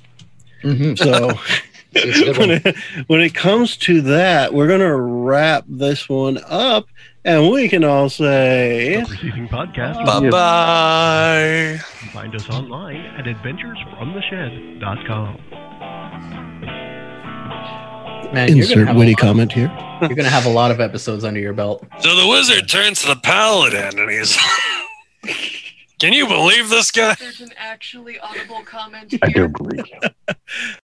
[SPEAKER 3] Mm-hmm.
[SPEAKER 5] Mhm.
[SPEAKER 3] So
[SPEAKER 5] It's a good
[SPEAKER 3] when,
[SPEAKER 5] one.
[SPEAKER 3] it, when it comes to that, we're going to wrap this one up and we can all say.
[SPEAKER 2] The preceding podcast.
[SPEAKER 7] Bye bye.
[SPEAKER 2] You can Find us online at adventuresfromtheshed.com.
[SPEAKER 1] Man, you're gonna, have a lot,
[SPEAKER 3] comment here.
[SPEAKER 1] you're gonna have a lot of episodes under your belt.
[SPEAKER 7] So the wizard turns to the paladin and he's. Can you believe this guy?
[SPEAKER 8] There's an actually audible comment
[SPEAKER 4] I
[SPEAKER 8] here.
[SPEAKER 4] don't believe.